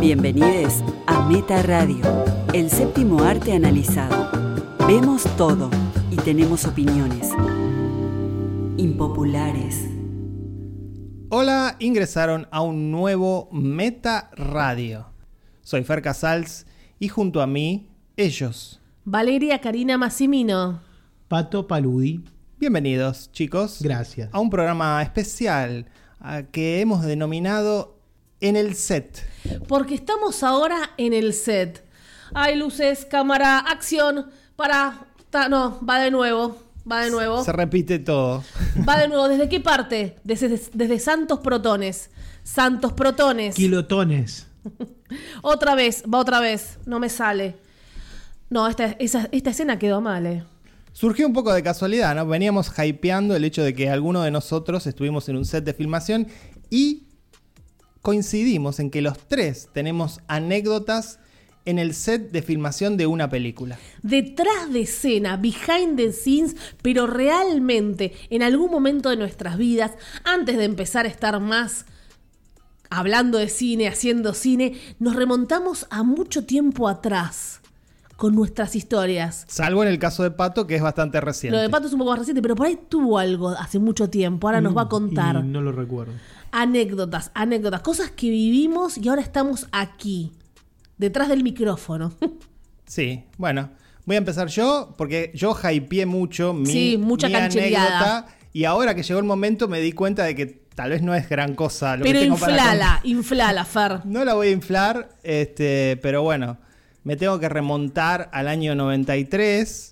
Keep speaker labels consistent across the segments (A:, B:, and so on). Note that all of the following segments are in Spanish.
A: Bienvenidos a Meta Radio, el séptimo arte analizado. Vemos todo y tenemos opiniones impopulares.
B: Hola, ingresaron a un nuevo Meta Radio. Soy Fer Casals y junto a mí, ellos.
C: Valeria Karina Massimino.
D: Pato Paludi,
B: Bienvenidos, chicos,
D: gracias.
B: a un programa especial a que hemos denominado En el Set.
C: Porque estamos ahora en el set. Hay luces, cámara, acción. Para. ta- no, va de nuevo. Va de nuevo.
B: Se repite todo.
C: Va de nuevo. ¿Desde qué parte? Desde, desde Santos Protones. Santos Protones.
D: Kilotones.
C: Otra vez, va otra vez. No me sale. No, esta, esa- esta escena quedó mal, eh.
B: Surgió un poco de casualidad, ¿no? Veníamos hypeando el hecho de que alguno de nosotros estuvimos en un set de filmación y coincidimos en que los tres tenemos anécdotas en el set de filmación de una película.
C: Detrás de escena, behind the scenes, pero realmente en algún momento de nuestras vidas, antes de empezar a estar más hablando de cine, haciendo cine, nos remontamos a mucho tiempo atrás con nuestras historias.
B: Salvo en el caso de Pato, que es bastante reciente.
C: Lo de Pato es un poco más reciente, pero por ahí tuvo algo hace mucho tiempo, ahora
B: Mm,
C: nos va a contar.
D: Y no lo recuerdo.
C: Anécdotas, anécdotas, cosas que vivimos y ahora estamos aquí, detrás del micrófono.
B: Sí, bueno. Voy a empezar yo, porque yo hypeé mucho mi,
C: Sí, mucha
B: mi
C: canchereada.
B: anécdota. Y ahora que llegó el momento me di cuenta de que tal vez no es gran cosa lo
C: pero
B: que tengo para
C: inflala, inflala, Fer.
B: No la voy a inflar, este, pero bueno, me tengo que remontar al año 93.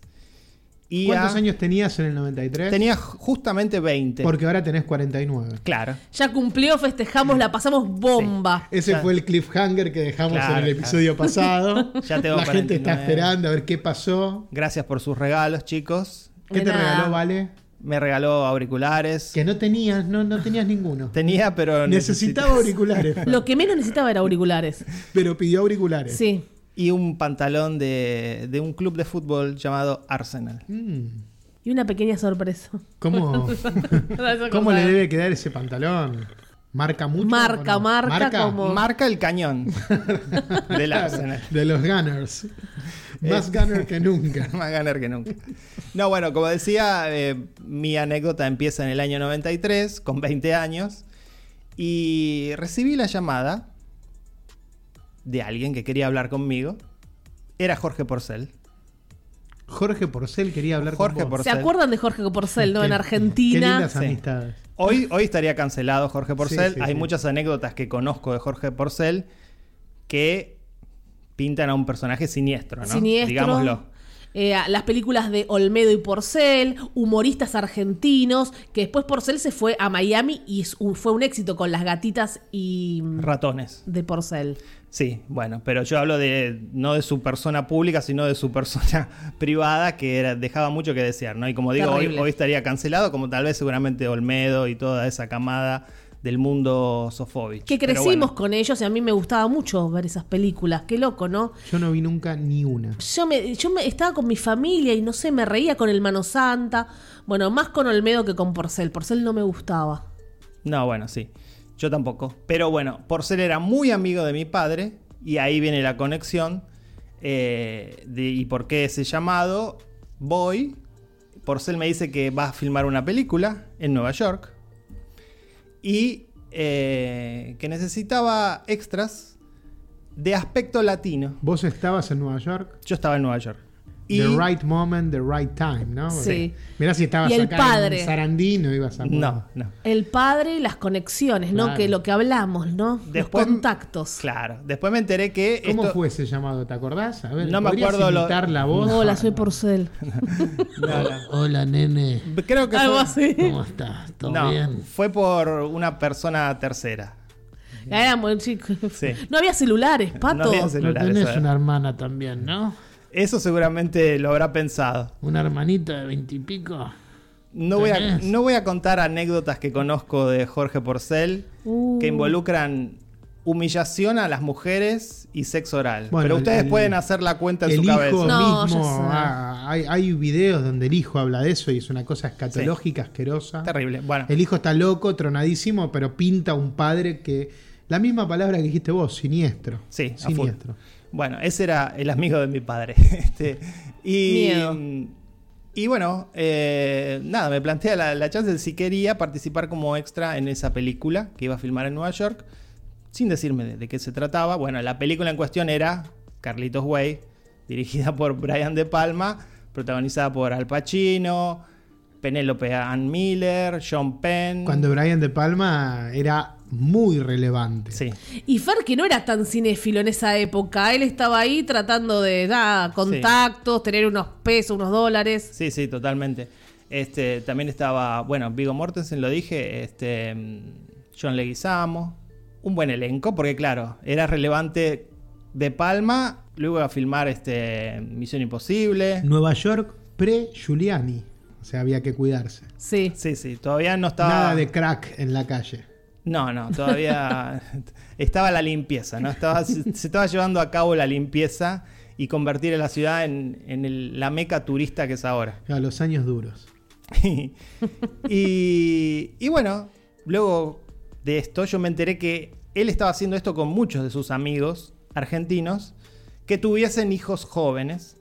B: Y
D: ¿Cuántos
B: a-
D: años tenías en el 93?
B: Tenía justamente 20.
D: Porque ahora tenés 49.
B: Claro.
C: Ya cumplió, festejamos, la pasamos bomba.
D: Ese
B: Claro.
D: fue el cliffhanger que dejamos
B: Claro,
D: en el
B: claro.
D: episodio pasado.
B: Ya tengo
D: La gente está
B: 49.
D: esperando a ver qué pasó.
B: Gracias por sus regalos, chicos.
D: ¿Qué
C: De
D: te
C: nada.
D: regaló, Vale?
B: Me regaló auriculares.
D: Que no tenías, no, no tenías ninguno.
B: Tenía, pero
D: Necesitaba
B: necesité-
D: auriculares,
C: Lo que menos necesitaba era auriculares.
D: pero pidió auriculares.
C: Sí.
B: Y un pantalón de, de un club de fútbol llamado Arsenal.
D: Mm,
C: Y una pequeña sorpresa.
D: ¿Cómo, ¿Cómo le debe quedar ese pantalón? ¿Marca mucho?
C: Marca,
D: o
C: marca como- Oh.
B: Marca el cañón del Arsenal.
D: De los Gunners. Más Gunner que nunca.
B: Más ganar que nunca. No, bueno, como decía, eh, mi anécdota empieza en el año 93, con 20 años, y recibí la llamada de alguien que quería hablar conmigo. Era Jorge Porcel.
D: Jorge Porcel quería hablar
B: Jorge
D: con vos.
B: Porcel.
C: ¿Se acuerdan de Jorge Porcel, no? En
D: Qué- Qué
C: Argentina.
D: lindas
B: Sí.
D: amistades.
B: Hoy, hoy estaría cancelado Jorge Porcel.
D: Sí, sí,
B: Hay
D: sí.
B: muchas anécdotas que conozco de Jorge Porcel que pintan a un personaje siniestro, ¿no?
C: Siniestro.
B: Digámoslo.
C: Eh, las películas de Olmedo y Porcel, humoristas argentinos, que después Porcel se fue a Miami y es un- fue un éxito con las gatitas y mm,
B: Ratones.
C: de Porcel.
B: Sí, bueno, pero yo hablo de no de su persona pública, sino de su persona privada, que era- dejaba mucho que desear, ¿no? Y como digo, hoy,
C: Terrible.
B: hoy estaría cancelado, como tal vez seguramente Olmedo y toda esa camada del mundo sofóbico.
C: Que crecimos con ellos y a mí me gustaba mucho ver esas películas. Qué loco, ¿no?
D: Yo no vi nunca ni una.
C: Yo me, yo me estaba con mi familia y no sé, me reía con el Mano Santa. Bueno, más con Olmedo que con Porcel. Porcel no me gustaba.
B: No, bueno, sí. Yo tampoco. Pero bueno, Porcel era muy amigo de mi padre y ahí viene la conexión eh, de, y por qué ese llamado. Voy, Porcel me dice que va a filmar una película en Nueva York y eh, que necesitaba extras de aspecto latino.
D: Vos estabas en Nueva York.
B: Yo estaba en Nueva York. Y
D: The right moment, the right time, ¿no?
C: Sí.
D: Mirá si estabas
C: Y el
D: acá
C: padre.
D: en Sarandino, ibas a
B: no, no.
C: El padre y las conexiones, ¿no?
D: Claro.
C: Que lo que hablamos, ¿no?
B: Después-
C: Los contactos.
B: Claro. Después me enteré que
D: ¿Cómo
B: esto-
D: fue ese llamado? ¿Te acordás? A ver,
B: No me
D: ¿podrías
B: acuerdo lo-
D: imitar la voz?
C: Hola, soy Porcel.
B: No, no.
D: Hola, nene.
B: Creo que
C: Algo
B: fue-
C: así.
D: ¿Cómo estás? ¿Todo
B: No,
D: bien?
B: fue por una persona tercera.
C: Éramos chicos.
B: Sí.
C: No había celulares, pato.
B: No había
D: No
B: celulares,
D: tenés
B: ¿sabes?
D: una hermana también, ¿no?
B: Eso seguramente lo habrá pensado.
D: Una hermanita de veintipico.
B: No voy, a,
D: ¿Tenés?
B: no voy a contar anécdotas que conozco de Jorge Porcel
C: Uh.
B: que involucran humillación a las mujeres y sexo oral.
D: Bueno,
B: Pero
D: el-
B: ustedes
D: el-
B: pueden hacer la cuenta en
D: El
B: su
D: hijo
B: cabeza.
C: No,
D: mismo,
C: ya sé.
D: ah, hay, hay videos donde el hijo habla de eso y es una cosa escatológica, asquerosa.
B: Terrible. Bueno,
D: El hijo está loco, tronadísimo, pero pinta a un padre que La misma palabra que dijiste vos, siniestro.
B: Sí, a full.
D: siniestro.
B: Bueno, ese era el amigo de mi padre. Este, y,
C: Miedo.
B: y bueno, eh, nada, me plantea la, la chance de si quería participar como extra en esa película que iba a filmar en Nueva York, sin decirme de, de qué se trataba. Bueno, la película en cuestión era Carlitos Way, dirigida por Brian De Palma, protagonizada por Al Pacino, Penélope Ann Miller, John Penn.
D: Cuando Brian De Palma era muy relevante.
B: Sí.
C: Y Fer, que no era tan cinéfilo en esa época, él estaba ahí tratando de dar contactos, tener unos pesos, unos dólares.
B: Sí, sí, totalmente. Este, también estaba, bueno, Vigo Mortensen, lo dije, este, mm, John Leguizamo, un buen elenco, porque claro, era relevante De Palma, luego a filmar este, Misión Imposible.
D: Nueva York pre-Giuliani. O sea, había que cuidarse.
C: Sí.
B: Sí, sí, todavía no estaba...
D: Nada de crack en la calle.
B: No, no, todavía estaba la limpieza, ¿no? Estaba, se, se estaba llevando a cabo la limpieza y convertir a la ciudad en, en el- la meca turista que es ahora.
D: A los años duros.
B: y, y bueno, luego de esto yo me enteré que él estaba haciendo esto con muchos de sus amigos argentinos que tuviesen hijos jóvenes.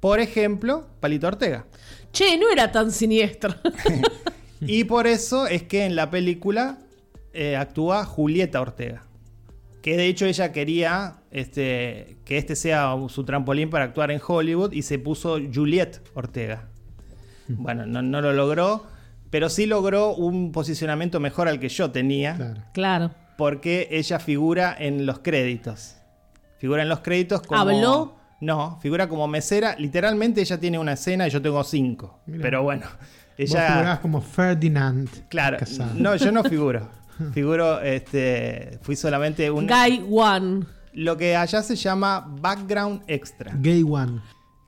B: Por ejemplo, Palito Ortega.
C: Che, no era tan siniestro.
B: Y por eso es que en la película eh, actúa Julieta Ortega. Que de hecho ella quería este, que este sea su trampolín para actuar en Hollywood y se puso Juliet Ortega. Bueno, no, no lo logró, pero sí logró un posicionamiento mejor al que yo tenía
D: Claro.
C: claro.
B: porque ella figura en los créditos. Figura en los créditos como.
C: ¿Habló?
B: No, figura como mesera. Literalmente ella tiene una escena y yo tengo cinco.
D: Mirá.
B: Pero bueno,
D: Vos
B: ella.
D: figurabas como Ferdinand.
B: Claro,
D: Casado.
B: no, yo no figuro. Figuro, este, fui solamente un...
C: Guy One.
B: Lo que allá se llama background extra,
D: Gay One.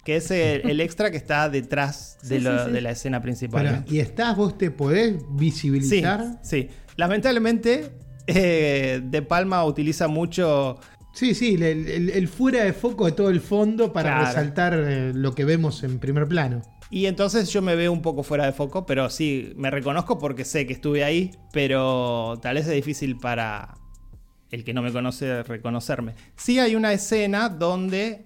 B: que es el, el extra que está detrás de,
C: Sí,
B: lo-
C: sí, sí.
B: de la escena principal.
D: Pará, ¿Y estás vos te podés
B: Sí,
D: visibilizar?
B: sí. Lamentablemente, eh, De Palma utiliza mucho...
D: Sí, sí, el, el- el fuera de foco de todo el fondo para
B: Claro.
D: resaltar eh, lo que vemos en primer plano.
B: Y entonces yo me veo un poco fuera de foco, pero sí, me reconozco porque sé que estuve ahí, pero tal vez es difícil para el que no me conoce reconocerme. Sí hay una escena donde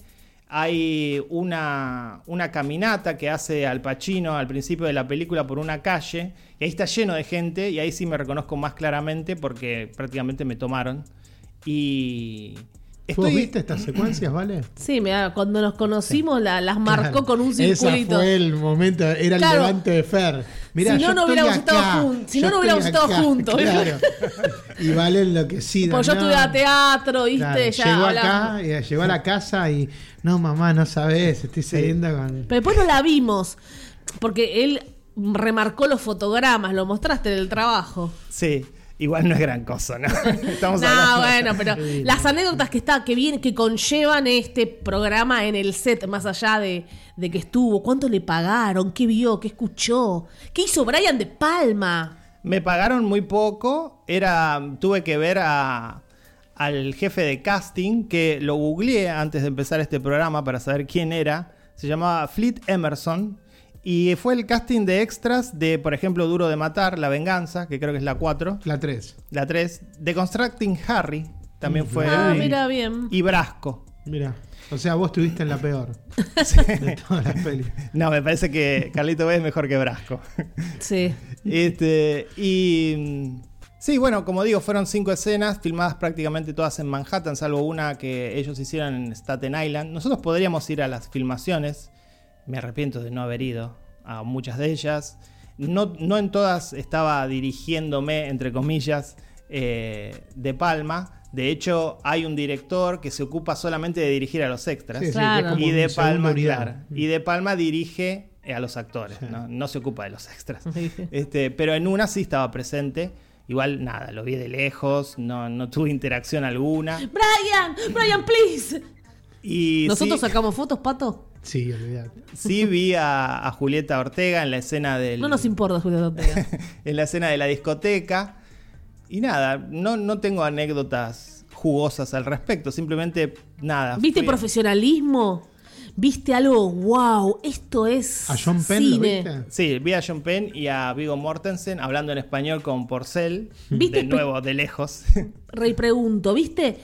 B: hay una, una caminata que hace Al Pacino al principio de la película por una calle, y ahí está lleno de gente, y ahí sí me reconozco más claramente porque prácticamente me tomaron. Y...
D: ¿Vos viste estas secuencias, vale?
C: Sí, mirá, cuando nos conocimos la- las marcó
D: Claro.
C: con un
D: Ese
C: circulito.
D: fue el momento, era
C: Claro.
D: el levante de Fer. Mirá,
C: Si no,
D: yo
C: no
D: estoy
C: hubiéramos
D: acá,
C: estado jun- si
D: yo
C: no, no hubiéramos
D: estoy
C: estado juntos.
D: Claro. y vale enloquecida.
C: Porque yo
D: no.
C: estuve a teatro, ¿viste?
D: Claro,
C: ya
D: llegó
C: hablamos.
D: acá, eh, llegó a la casa y no mamá, no sabes, estoy saliendo con
C: Pero después no la vimos. Porque él remarcó los fotogramas, lo mostraste en el trabajo.
B: Sí, igual no es gran cosa, ¿no? Estamos
C: No,
B: hablando-
C: bueno, pero las anécdotas que está, que viene, que conllevan este programa en el set, más allá de, de que estuvo, cuánto le pagaron, qué vio, qué escuchó, qué hizo Brian de Palma.
B: Me pagaron muy poco. Era, tuve que ver a- al jefe de casting, que lo googleé antes de empezar este programa para saber quién era. Se llamaba Fleet Emerson. Y fue el casting de extras de, por ejemplo, Duro de Matar, La Venganza, que creo que es la 4,
D: la 3.
B: la 3, The Constructing Harry, también fue.
C: Ah,
B: ahí,
C: mira bien.
B: Y Brasco.
D: Mira, o sea, vos estuviste en la peor de todas las pelis.
B: No, me parece que Carlito B es mejor que Brasco.
C: Sí.
B: Este, y. mm, Sí, bueno, como digo, fueron cinco escenas, filmadas prácticamente todas en Manhattan, salvo una que ellos hicieron en Staten Island. Nosotros podríamos ir a las filmaciones. Me arrepiento de no haber ido a muchas de ellas. No, no en todas estaba dirigiéndome, entre comillas, eh, de palma. De hecho, hay un director que se ocupa solamente de dirigir a los extras.
D: Sí, sí, que es
C: Claro.
D: como
B: Y de,
D: mi segunda
B: Palma,
D: unidad.
B: claro. y de Palma dirige eh, a los actores,
D: Mm. Sí.
B: ¿no? No se ocupa de los extras.
C: Sí, sí.
B: Este, pero en una sí estaba presente. Igual nada, lo vi de lejos, no, no tuve interacción alguna.
C: Brian, Brian, please.
B: Y
C: Nosotros
B: sí,
C: sacamos fotos, pato.
D: Sí, olvidate.
B: sí vi a, a Julieta Ortega en la escena del.
C: No nos importa, Julio Ortega.
B: en la escena de la discoteca. Y nada, no, no tengo anécdotas jugosas al respecto. Simplemente nada.
C: ¿Viste
B: fui-
C: profesionalismo? viste algo, wow, esto es
D: A John Penn lo
C: cine.
D: viste.
B: Sí, vi a John Penn y a Vigo Mortensen hablando en español con Porcel.
C: ¿Viste?
B: De nuevo, de lejos.
C: Repregunto, ¿viste?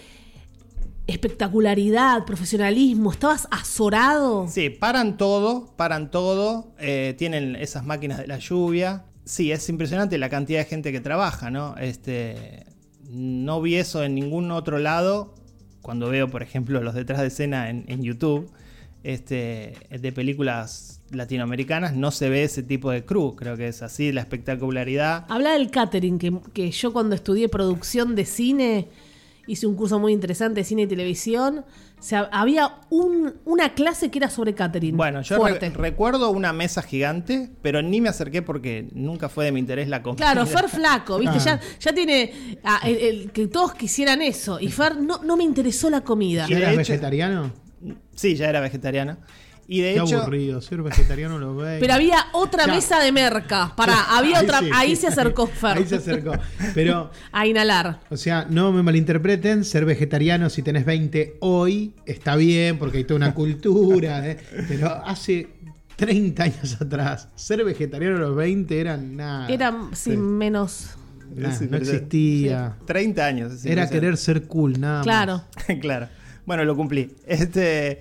C: Espectacularidad, profesionalismo, estabas azorado.
B: sí, paran todo, paran todo. eh, tienen esas máquinas de la lluvia. Sí, es impresionante la cantidad de gente que trabaja, ¿no? Este, no vi eso en ningún otro lado. Cuando veo, por ejemplo, los detrás de escena en, en YouTube este, de películas latinoamericanas, no se ve ese tipo de crew. Creo que es así, la espectacularidad.
C: Habla del catering, que, que yo cuando estudié producción de cine, hice un curso muy interesante de cine y televisión. O sea, había un- una clase que era sobre catering.
B: Bueno, yo
C: Fuerte.
B: re- recuerdo una mesa gigante, pero ni me acerqué porque nunca fue de mi interés la comida.
C: Claro, Fer flaco, ¿viste?
D: Ah.
C: Ya, ya tiene ah, el, el que todos quisieran eso. Y Fer no, no me interesó la comida.
B: Y
D: ¿Ya
B: de
D: eras
B: hecho-
D: vegetariano?
B: Sí, ya era vegetariana. Y de
D: Qué
B: hecho,
D: aburrido. Ser vegetariano lo ve.
C: Pero había otra
D: Ya.
C: mesa de merca. Para, había otra.
D: sí.
C: Ahí se acercó Fer.
D: Ahí se acercó. Pero,
C: A inhalar.
D: o sea, no me malinterpreten, ser vegetariano si tenés 20 hoy está bien porque hay toda una cultura. ¿eh? Pero hace 30 años atrás, ser vegetariano a los 20 era nada.
C: Era sin
D: Ah, Sí.
C: menos.
D: Nah,
B: Es
D: no
B: impresionante.
D: existía.
B: 30 años. es
D: Era
B: impresionante.
D: querer ser cool, nada más.
C: Claro.
B: claro. Bueno, lo cumplí. Este,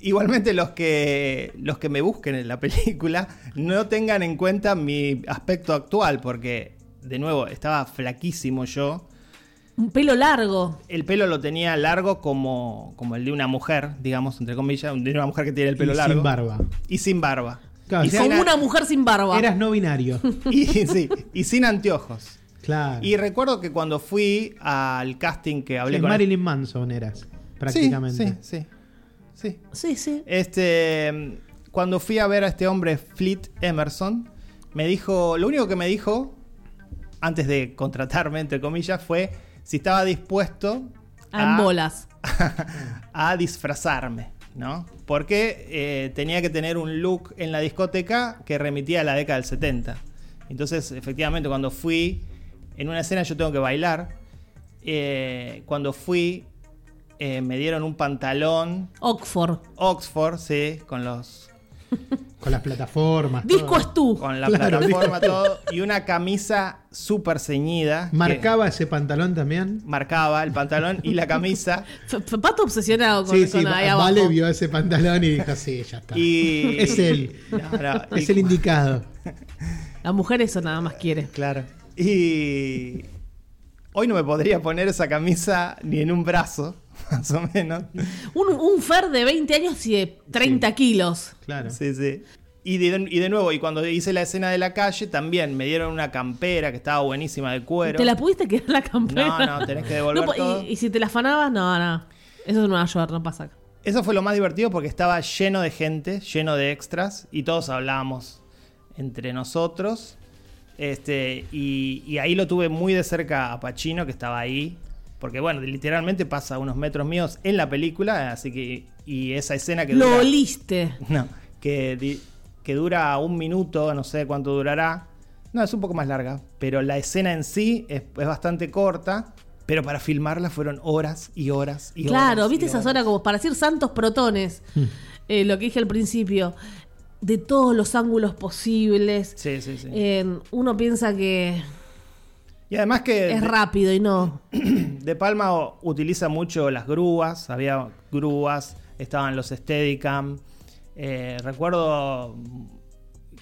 B: igualmente los que los que me busquen en la película no tengan en cuenta mi aspecto actual porque de nuevo estaba flaquísimo yo.
C: Un pelo largo.
B: El pelo lo tenía largo como, como el de una mujer, digamos, entre comillas, de una mujer que tiene el pelo
D: Y
B: largo.
D: Sin barba.
B: Y sin barba.
D: Claro,
B: y
D: o sea,
B: sin
C: Como
B: a-
C: una mujer sin barba.
D: Eras no binario.
B: y, sí, y sin anteojos.
D: Claro.
B: Y recuerdo que cuando fui al casting que hablé
D: Sí,
B: con
D: Marilyn Manson eras, prácticamente.
B: Sí, sí, sí. Sí.
C: Sí, sí.
B: Este, cuando fui a ver a este hombre Fleet Emerson, me dijo, lo único que me dijo antes de contratarme entre comillas fue si estaba dispuesto
D: Ah.
C: En bolas.
B: a disfrazarme, ¿no? Porque eh, tenía que tener un look en la discoteca que remitía a la década del 70. Entonces, efectivamente, cuando fui, en una escena yo tengo que bailar. Eh, cuando fui, eh, me dieron un pantalón
C: Oxford.
B: Oxford, sí, con los
D: Con las plataformas.
C: Disco
D: todo.
C: es tú.
B: con la
D: Claro,
B: plataforma
D: dijo.
B: todo y una camisa súper ceñida que
D: ¿Marcaba ese pantalón también?
B: marcaba el pantalón y la camisa
C: F- F- Pato obsesionado con,
D: sí, sí,
C: con
D: Va-
C: ahí
D: Vale
C: abajo.
D: vio ese pantalón y dijo, sí, ya está.
B: y
D: Es él.
B: No, no,
D: es
B: y-
D: el indicado.
C: La mujer eso nada más quiere.
B: Claro. Y hoy no me podría poner esa camisa ni en un brazo, más o menos.
C: Un, un Fer de 20 años y de 30 kilos.
D: Claro.
B: Sí, sí. Y de, y de nuevo, y cuando hice la escena de la calle, también me dieron una campera que estaba buenísima de cuero.
C: ¿Te la pudiste quedar la campera?
B: No, no, tenés que devolver
C: po- y-
B: todo.
C: Y, si te la afanabas, no, no. Eso es Nueva York, no pasa acá.
B: Eso fue lo más divertido porque estaba lleno de gente, lleno de extras, y todos hablábamos entre nosotros. Este, y, y ahí lo tuve muy de cerca a Pacino, que estaba ahí. Porque, bueno, literalmente pasa a unos metros míos en la película, así que. Y esa escena que
C: Lo
B: dura.
C: oliste.
B: No, que, di- que dura un minuto, no sé cuánto durará. No, es un poco más larga, pero la escena en sí es, es bastante corta. Pero para filmarla fueron horas y horas y horas.
C: Claro, viste
B: y
C: esas horas como para decir santos protones.
D: Hmm.
C: Eh, lo que dije al principio. De todos los ángulos posibles.
B: Sí, sí, sí.
C: En- uno piensa que
B: Y además que
C: es
B: Eh, de,
C: rápido y no.
B: de Palma o- utiliza mucho las grúas, había grúas, estaban los Steadicam. Eh, recuerdo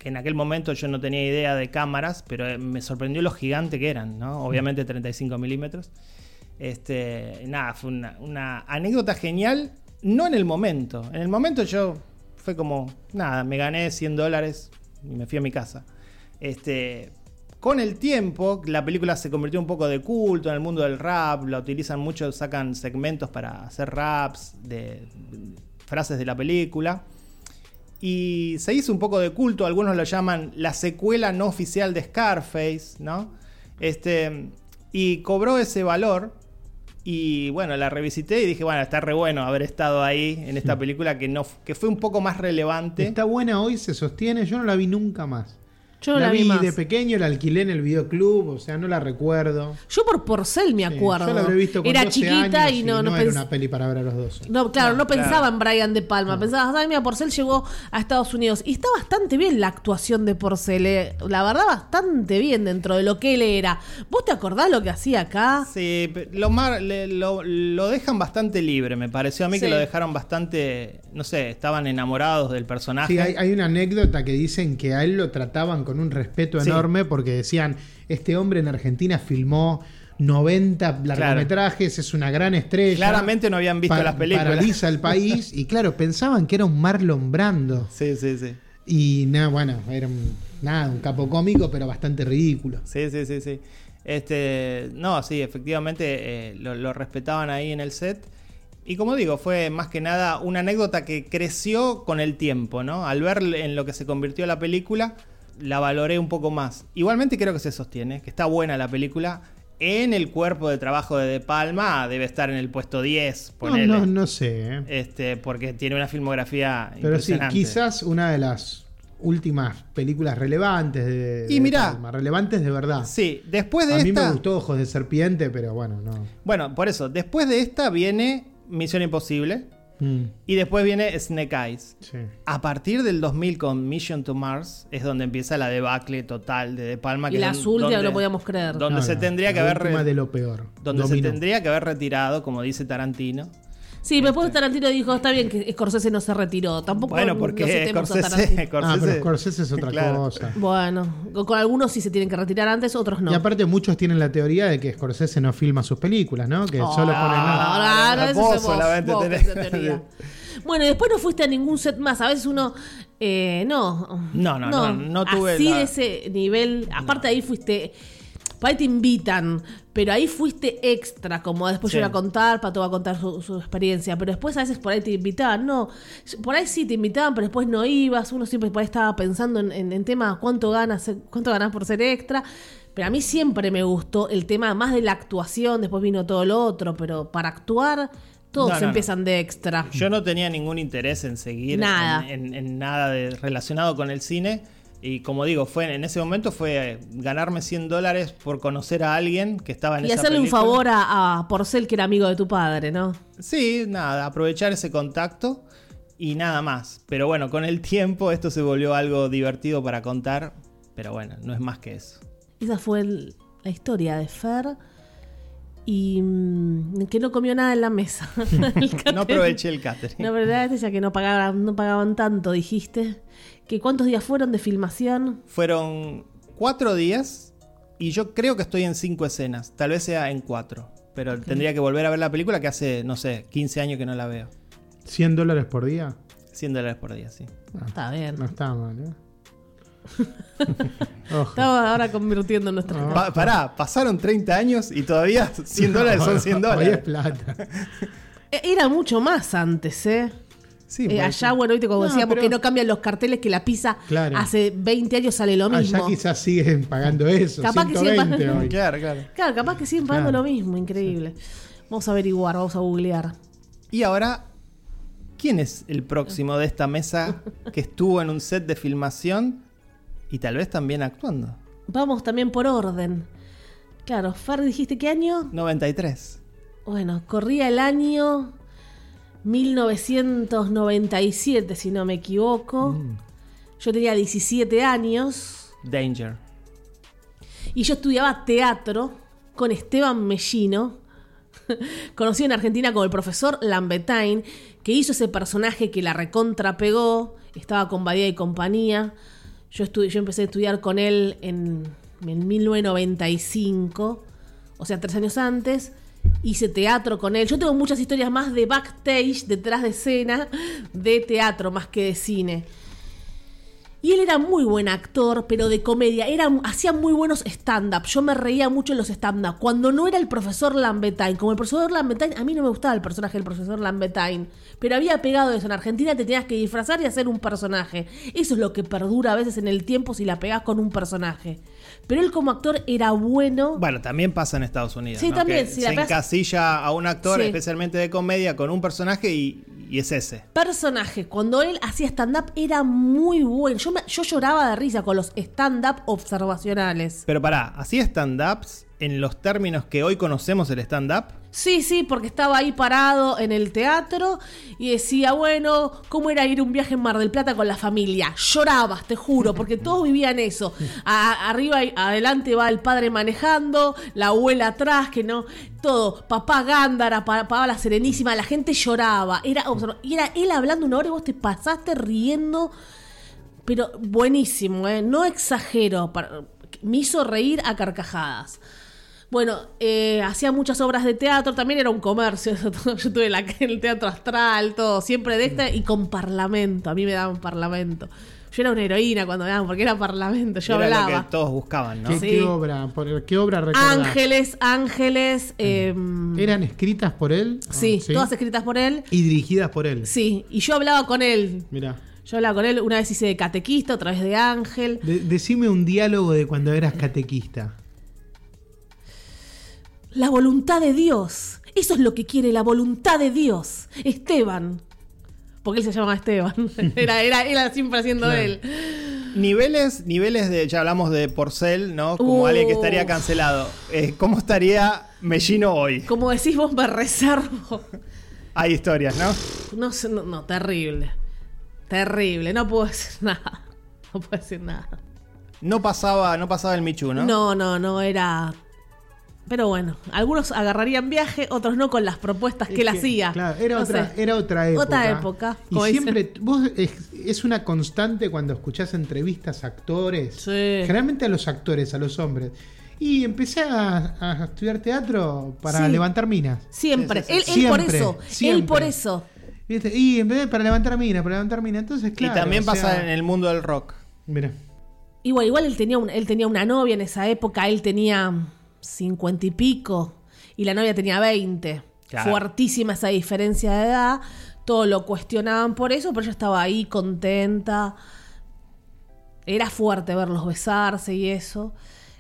B: que en aquel momento yo no tenía idea de cámaras, pero eh, me sorprendió lo gigante que eran, ¿no? Obviamente 35 milímetros. Este, nada, fue una, una anécdota genial, no en el momento. En el momento yo fue como, nada, me gané 100 dólares y me fui a mi casa. Este, con el tiempo, la película se convirtió un poco de culto en el mundo del rap, la utilizan mucho, sacan segmentos para hacer raps, de, de- frases de la película. Y se hizo un poco de culto, algunos lo llaman la secuela no oficial de Scarface, ¿no? Este, y cobró ese valor. Y bueno, la revisité y dije, bueno, está re bueno haber estado ahí en esta película que, no, que fue un poco más relevante.
D: Está buena hoy, se sostiene. Yo no la vi nunca más.
C: Yo no la vi más.
D: de pequeño, la alquilé en el videoclub, o sea, no la recuerdo.
C: Yo por Porcel me
D: Sí,
C: acuerdo.
D: Yo la habré visto con
C: Era
D: 12
C: chiquita
D: años
C: y no, no,
D: era
C: pens-
D: una peli para ver a los dos.
C: No, claro, no, pensaba en Brian De Palma, pensaba, ay, mira, Porcel llegó a Estados Unidos. Y está bastante bien la actuación de Porcel, eh. la verdad, bastante bien dentro de lo que él era. ¿Vos te acordás lo que hacía acá?
B: Sí, pe- lo, mar- le- lo, lo dejan bastante libre, me pareció a mí que
C: Sí.
B: lo dejaron bastante, no sé, estaban enamorados del personaje.
D: Sí, hay, hay una anécdota que dicen que a él lo trataban con un respeto
B: Sí.
D: enorme porque decían, este hombre en Argentina filmó 90 largometrajes, es una gran estrella.
B: Claramente no habían visto
D: Pa-
B: las películas.
D: Paraliza el país y claro, pensaban que era un Marlon Brando.
B: Sí, sí, sí.
D: Y nada, bueno, era un, nada, un capo cómico, pero bastante ridículo.
B: Sí, sí, sí, sí. Este, no, sí, efectivamente eh, lo, lo respetaban ahí en el set. Y como digo, fue más que nada una anécdota que creció con el tiempo, ¿no? Al ver en lo que se convirtió la película, la valoré un poco más. Igualmente creo que se sostiene, que está buena la película. En el cuerpo de trabajo de De Palma ah, debe estar en el puesto 10,
D: No,
B: ponele.
D: no, no sé. ¿eh?
B: Este, porque tiene una filmografía
D: Pero sí,
B: impresionante.
D: quizás una de las últimas películas relevantes de,
B: Y
D: de
B: mirá.
D: Palma, relevantes de verdad.
B: Sí, después de
D: a mí
B: esta...
D: me gustó Ojos de Serpiente, pero bueno, no.
B: Bueno, por eso, después de esta viene Misión Imposible
D: Mm,
B: y después viene Snake Eyes.
D: sí.
B: A partir del 2000 con Mission to Mars es donde empieza la debacle total de De Palma.
C: Y
B: que
C: la
B: don-
C: azul, que
B: donde-
C: no podíamos creer.
B: Donde
D: No,
B: se
D: no,
B: tendría que
D: la
B: haber...
D: última de lo peor.
B: Donde se
D: Dominó.
B: tendría que haber retirado, como dice Tarantino.
C: Sí, después Tarantino dijo, está bien que Scorsese no se retiró, tampoco
B: este. bueno,
C: no
B: porque
C: citemos a
B: Scorsese,
C: Tarantino.
D: Ah, pero
B: Scorsese-
D: Scorsese es otra
B: Claro.
D: cosa.
C: Bueno, con, con algunos sí se tienen que retirar antes, otros no.
D: Y aparte muchos tienen la teoría de que Scorsese no filma sus películas, ¿no? Que solo pone nada.
B: Ah,
C: Ah, no,
B: no,
C: eso
B: vos
C: sos vos,
B: solamente
C: vos
B: tenés-
C: con esa teoría. Bueno, y después no fuiste a ningún set más. A veces uno. eh, no.
B: No, no, no, no tuve
C: Así
B: la-
C: de ese nivel. Aparte, ahí fuiste. Por ahí te invitan, pero ahí fuiste extra, como después
B: Sí.
C: yo voy a contar, Pato va a contar su, su experiencia, pero después a veces por ahí te invitaban, no, por ahí sí te invitaban, pero después no ibas, uno siempre por ahí estaba pensando en, en, en tema cuánto ganas, eh, cuánto ganas por ser extra, pero a mí siempre me gustó el tema más de la actuación, después vino todo lo otro, pero para actuar todos
B: No, no, no.
C: empiezan de extra.
B: Yo no tenía ningún interés en seguir
C: Nada.
B: En, en- en nada de- relacionado con el cine. Y como digo, fue en ese momento fue eh, ganarme 100 dólares por conocer a alguien que estaba en
C: y
B: esa
C: hacerle un
B: película.
C: favor a, a Porcel, que era amigo de tu padre, ¿no?
B: Sí, nada, aprovechar ese contacto y nada más. Pero bueno, con el tiempo esto se volvió algo divertido para contar. Pero bueno, no es más que eso.
C: Esa fue el- la historia de Fer y mm, que no comió nada en la mesa.
B: No
C: El catering.
B: aproveché el catering.
C: La verdad es ya que no pagaban, no pagaban tanto, dijiste. ¿Que ¿Cuántos días fueron de filmación?
B: Fueron cuatro días y yo creo que estoy en cinco escenas. Tal vez sea en cuatro. Pero tendría que volver a ver la película que hace, no sé, 15 años que no la veo.
D: 100 dólares por día.
B: 100 dólares por día, sí.
C: Está bien.
D: No está mal, ¿eh? Ojo.
C: Estaba ahora convirtiendo en nuestra...
B: Pa- pará, pasaron 30 años y todavía 100 dólares son 100
D: Hoy es
B: dólares.
D: plata.
C: Eh, Era mucho más antes, ¿eh?
B: Sí, pues.
C: Eh,
B: puede
C: allá,
B: ser.
C: bueno, viste como
D: No,
C: decíamos
D: pero-
C: que no cambian los carteles, que la pizza
D: Claro. Ah,
C: hace 20 años sale lo mismo.
D: Allá quizás siguen pagando eso.
C: Capaz que siguen
D: 120
C: pagando.
D: hoy.
B: Claro, claro.
C: Claro, capaz que siguen pagando
D: Claro.
C: lo mismo, increíble. Vamos a averiguar, vamos a googlear.
B: Y ahora, ¿quién es el próximo de esta mesa que estuvo en un set de filmación y tal vez también actuando?
C: Vamos también por orden. Claro, Fer, dijiste qué año.
B: 93.
C: Bueno, corría el año 1997, si no me equivoco. Yo tenía 17 años
B: Danger.
C: y yo estudiaba teatro con Esteban Mellino, conocido en Argentina como el profesor Lambetain, que hizo ese personaje que la recontra pegó, estaba con Badía y compañía. Yo, estu- yo empecé a estudiar con él en, en 1995, o sea, tres años antes. Hice teatro con él. Yo tengo muchas historias más de backstage, detrás de escena, de teatro más que de cine. Y él era muy buen actor, pero de comedia. Era, hacía muy buenos stand-up. Yo me reía mucho en los stand-up. Cuando no era el profesor Lambetain. Como el profesor Lambetain, a mí no me gustaba el personaje del profesor Lambetain. Pero había pegado eso. En Argentina te tenías que disfrazar y hacer un personaje. Eso es lo que perdura a veces en el tiempo si la pegás con un personaje. Pero él como actor era bueno.
B: Bueno, también pasa en Estados Unidos.
C: Sí,
B: ¿no?
C: también,
B: Que
C: si la
B: se
C: pasa-
B: encasilla a un actor,
C: Sí.
B: especialmente de comedia, con un personaje y, y es ese.
C: personaje, cuando él hacía stand-up, era muy bueno. Yo, me- yo lloraba de risa con los stand-up observacionales.
B: Pero pará, ¿hacía stand-ups en los términos que hoy conocemos el stand-up?
C: Sí, sí, porque estaba ahí parado en el teatro y decía, bueno, ¿cómo era ir un viaje en Mar del Plata con la familia? Llorabas, te juro, porque todos vivían eso. A- arriba y adelante va el padre manejando, la abuela atrás, que no, todo. Papá Gándara, pa- papá la Serenísima, la gente lloraba. Era, observa- y era él hablando una hora y vos te pasaste riendo. Pero buenísimo, ¿eh? no exagero. para- me hizo reír a carcajadas. Bueno, eh, hacía muchas obras de teatro, también era un comercio. eso todo. Yo tuve la- el teatro astral, todo, siempre de esta y con parlamento. A mí me daban parlamento. Yo era una heroína cuando me daban, porque era parlamento, yo
B: Era
C: hablaba.
B: lo que todos buscaban, ¿no?
D: ¿Qué,
C: Sí.
D: qué obra? Por- ¿Qué obra recordás?
C: Ángeles, ángeles. em,
D: ¿Eran escritas por él?
C: sí,
D: Ah,
C: todas escritas por él.
D: Y dirigidas por él.
C: Sí, y yo hablaba con él.
D: Mirá.
C: Yo hablaba con él, una vez hice de catequista, otra vez de ángel.
D: De- decime un diálogo de cuando eras catequista.
C: La voluntad de Dios. Eso es lo que quiere la voluntad de Dios. Esteban. Porque él se llama Esteban. Era, era, era siempre haciendo
D: Claro.
C: él.
B: Niveles, niveles de, ya hablamos de Porcel, ¿no? Como
C: Uh.
B: alguien que estaría cancelado. Eh, ¿Cómo estaría Mellino hoy?
C: Como decís vos, me reservo.
B: Hay historias, ¿no?
C: No sé, no, no, terrible. Terrible. No puedo decir nada. No puedo decir nada.
B: No pasaba, no pasaba el Michu, ¿no?
C: No, no, no, era. Pero bueno, algunos agarrarían viaje, otros no con las propuestas que él
D: Es que,
C: hacía.
D: Claro, era,
C: No
D: otra,
C: sé.
D: era otra época.
C: Otra época,
D: Y
C: como dicen.
D: siempre, vos, es, es una constante cuando escuchás entrevistas a actores.
C: Sí.
D: Generalmente a los actores, a los hombres. Y empecé a, a estudiar teatro para
C: Sí.
D: levantar minas.
C: Siempre.
B: Sí, sí,
C: Él, él por
D: Siempre,
C: eso. Él
D: siempre.
C: por eso.
D: ¿Viste? Y en vez de para levantar minas, para levantar minas. Entonces, claro.
B: y también
D: o
B: pasa
D: sea,
B: en el mundo del rock.
D: Mira.
C: Igual, igual él tenía, un- él tenía una novia en esa época, él tenía cincuenta y pico y la novia tenía veinte.
B: Claro.
C: Fuertísima esa diferencia de edad. Todo lo cuestionaban por eso, pero ella estaba ahí contenta. Era fuerte verlos besarse y eso.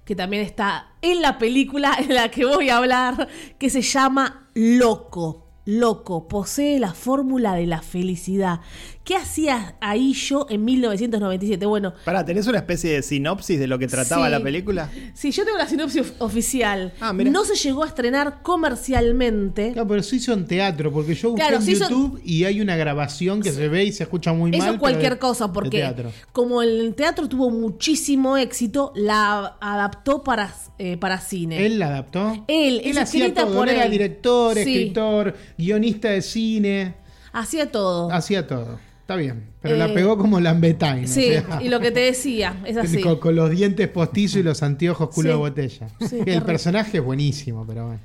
C: Que también está en la película en la que voy a hablar, que se llama Loco. Loco, posee la fórmula de la felicidad. ¿Qué hacía ahí yo en 1997? Bueno,
B: Pará, ¿tenés una especie de sinopsis de lo que trataba
C: Sí.
B: la película?
C: Sí, yo tengo la sinopsis of- oficial.
B: Ah, mirá.
C: no se llegó a estrenar comercialmente.
D: Claro, pero se hizo en teatro, porque yo busqué
C: Claro,
D: en
C: se hizo-
D: YouTube y hay una grabación que se ve y se escucha muy mal.
C: Eso es
D: pero
C: cualquier
D: de-
C: cosa,
D: de
C: porque
D: teatro.
C: como el teatro tuvo muchísimo éxito, la adaptó para, eh, para cine.
D: ¿Él la adaptó?
C: Él, es
D: hacía
C: escrita
D: todo.
C: por
D: él era
C: él.
D: director,
C: Sí.
D: escritor, guionista de cine,
C: Hacía todo.
D: hacía todo. Está bien,
C: Oh.
D: pero
C: Eh,
D: la pegó como Lambetain. o
C: sí,
D: sea,
C: y lo que te decía, es así.
D: con, con los dientes postizos y los anteojos
C: Sí.
D: culo de botella.
C: Sí,
D: el
C: terrible.
D: personaje es buenísimo, pero bueno.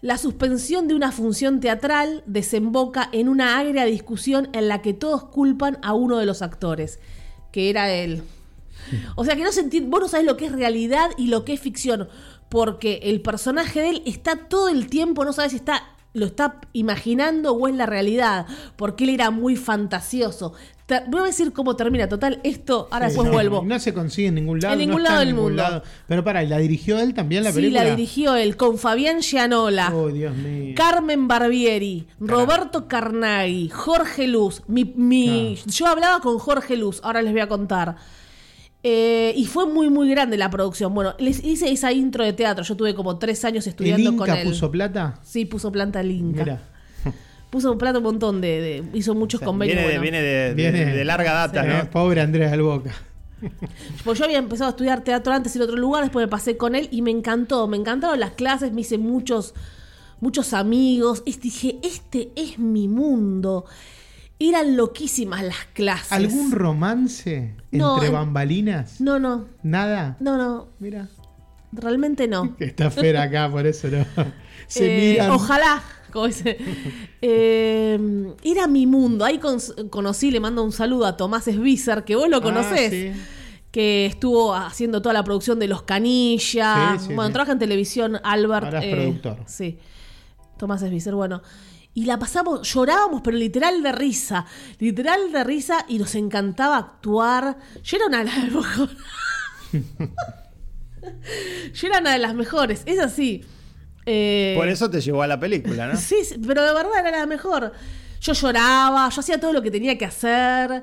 C: La suspensión de una función teatral desemboca en una agria discusión en la que todos culpan a uno de los actores, que era él. O sea que no se entiende, vos no sabés lo que es realidad y lo que es ficción, porque el personaje de él está todo el tiempo, no sabes si está lo está imaginando o es la realidad, porque él era muy fantasioso. Te- voy a decir cómo termina, total, esto, ahora
D: Sí,
C: después
D: no,
C: vuelvo.
D: No se consigue en ningún lado.
C: En
D: no
C: ningún
D: está
C: lado
D: en
C: del
D: ningún
C: mundo.
D: lado. Pero para, ¿y la dirigió él también la
C: sí,
D: película?
C: la dirigió él, con Fabián Gianola.
D: Oh, Dios mío.
C: Carmen Barbieri, Roberto Carnaghi, Jorge Luz. Mi, mi- Yo hablaba con Jorge Luz, ahora les voy a contar. Eh, y fue muy, muy grande la producción. Bueno, les hice esa intro de teatro. Yo tuve como tres años
D: ¿El
C: estudiando con
D: Inca
C: él.
D: puso plata?
C: Sí, puso planta el Inca.
D: Mira.
C: Puso plata un montón de. de- hizo muchos convenios.
B: Viene, de,
C: bueno.
B: viene, de,
D: Viene-
B: de- de larga data,
D: Eh,
B: ¿no?
D: Pobre Andrés del Boca.
C: Pues yo había empezado a estudiar teatro antes en otro lugar, después me pasé con él y me encantó, me encantaron las clases, me hice muchos, muchos amigos. Y dije, este es mi mundo. Eran loquísimas las clases.
D: ¿Algún romance
C: No,
D: entre
C: en-
D: bambalinas?
C: No, no,
D: ¿Nada?
C: no, no,
D: Mira.
C: realmente no.
D: Está Fer acá, por eso no. Se
C: Eh,
D: miran.
C: Ojalá. como dice. Eh, era mi mundo. Ahí con- conocí, le mando un saludo a Tomás Esbizar, que vos lo
D: Ah,
C: conocés.
D: sí.
C: que estuvo haciendo toda la producción de Los Canillas.
D: Sí, sí,
C: bueno,
D: sí.
C: trabaja en televisión Albert. eh,
D: Ahora es productor.
C: Sí. Tomás Esbicer, bueno. Y la pasamos, llorábamos, pero literal de risa. Literal de risa y nos encantaba actuar. Yo era una de las mejores. Yo era una de las mejores, es así. Eh,
B: Por eso te llevó a la película, ¿no?
D: Ah.
C: Sí, sí, pero de verdad era la mejor. Yo lloraba, yo hacía todo lo que tenía que hacer.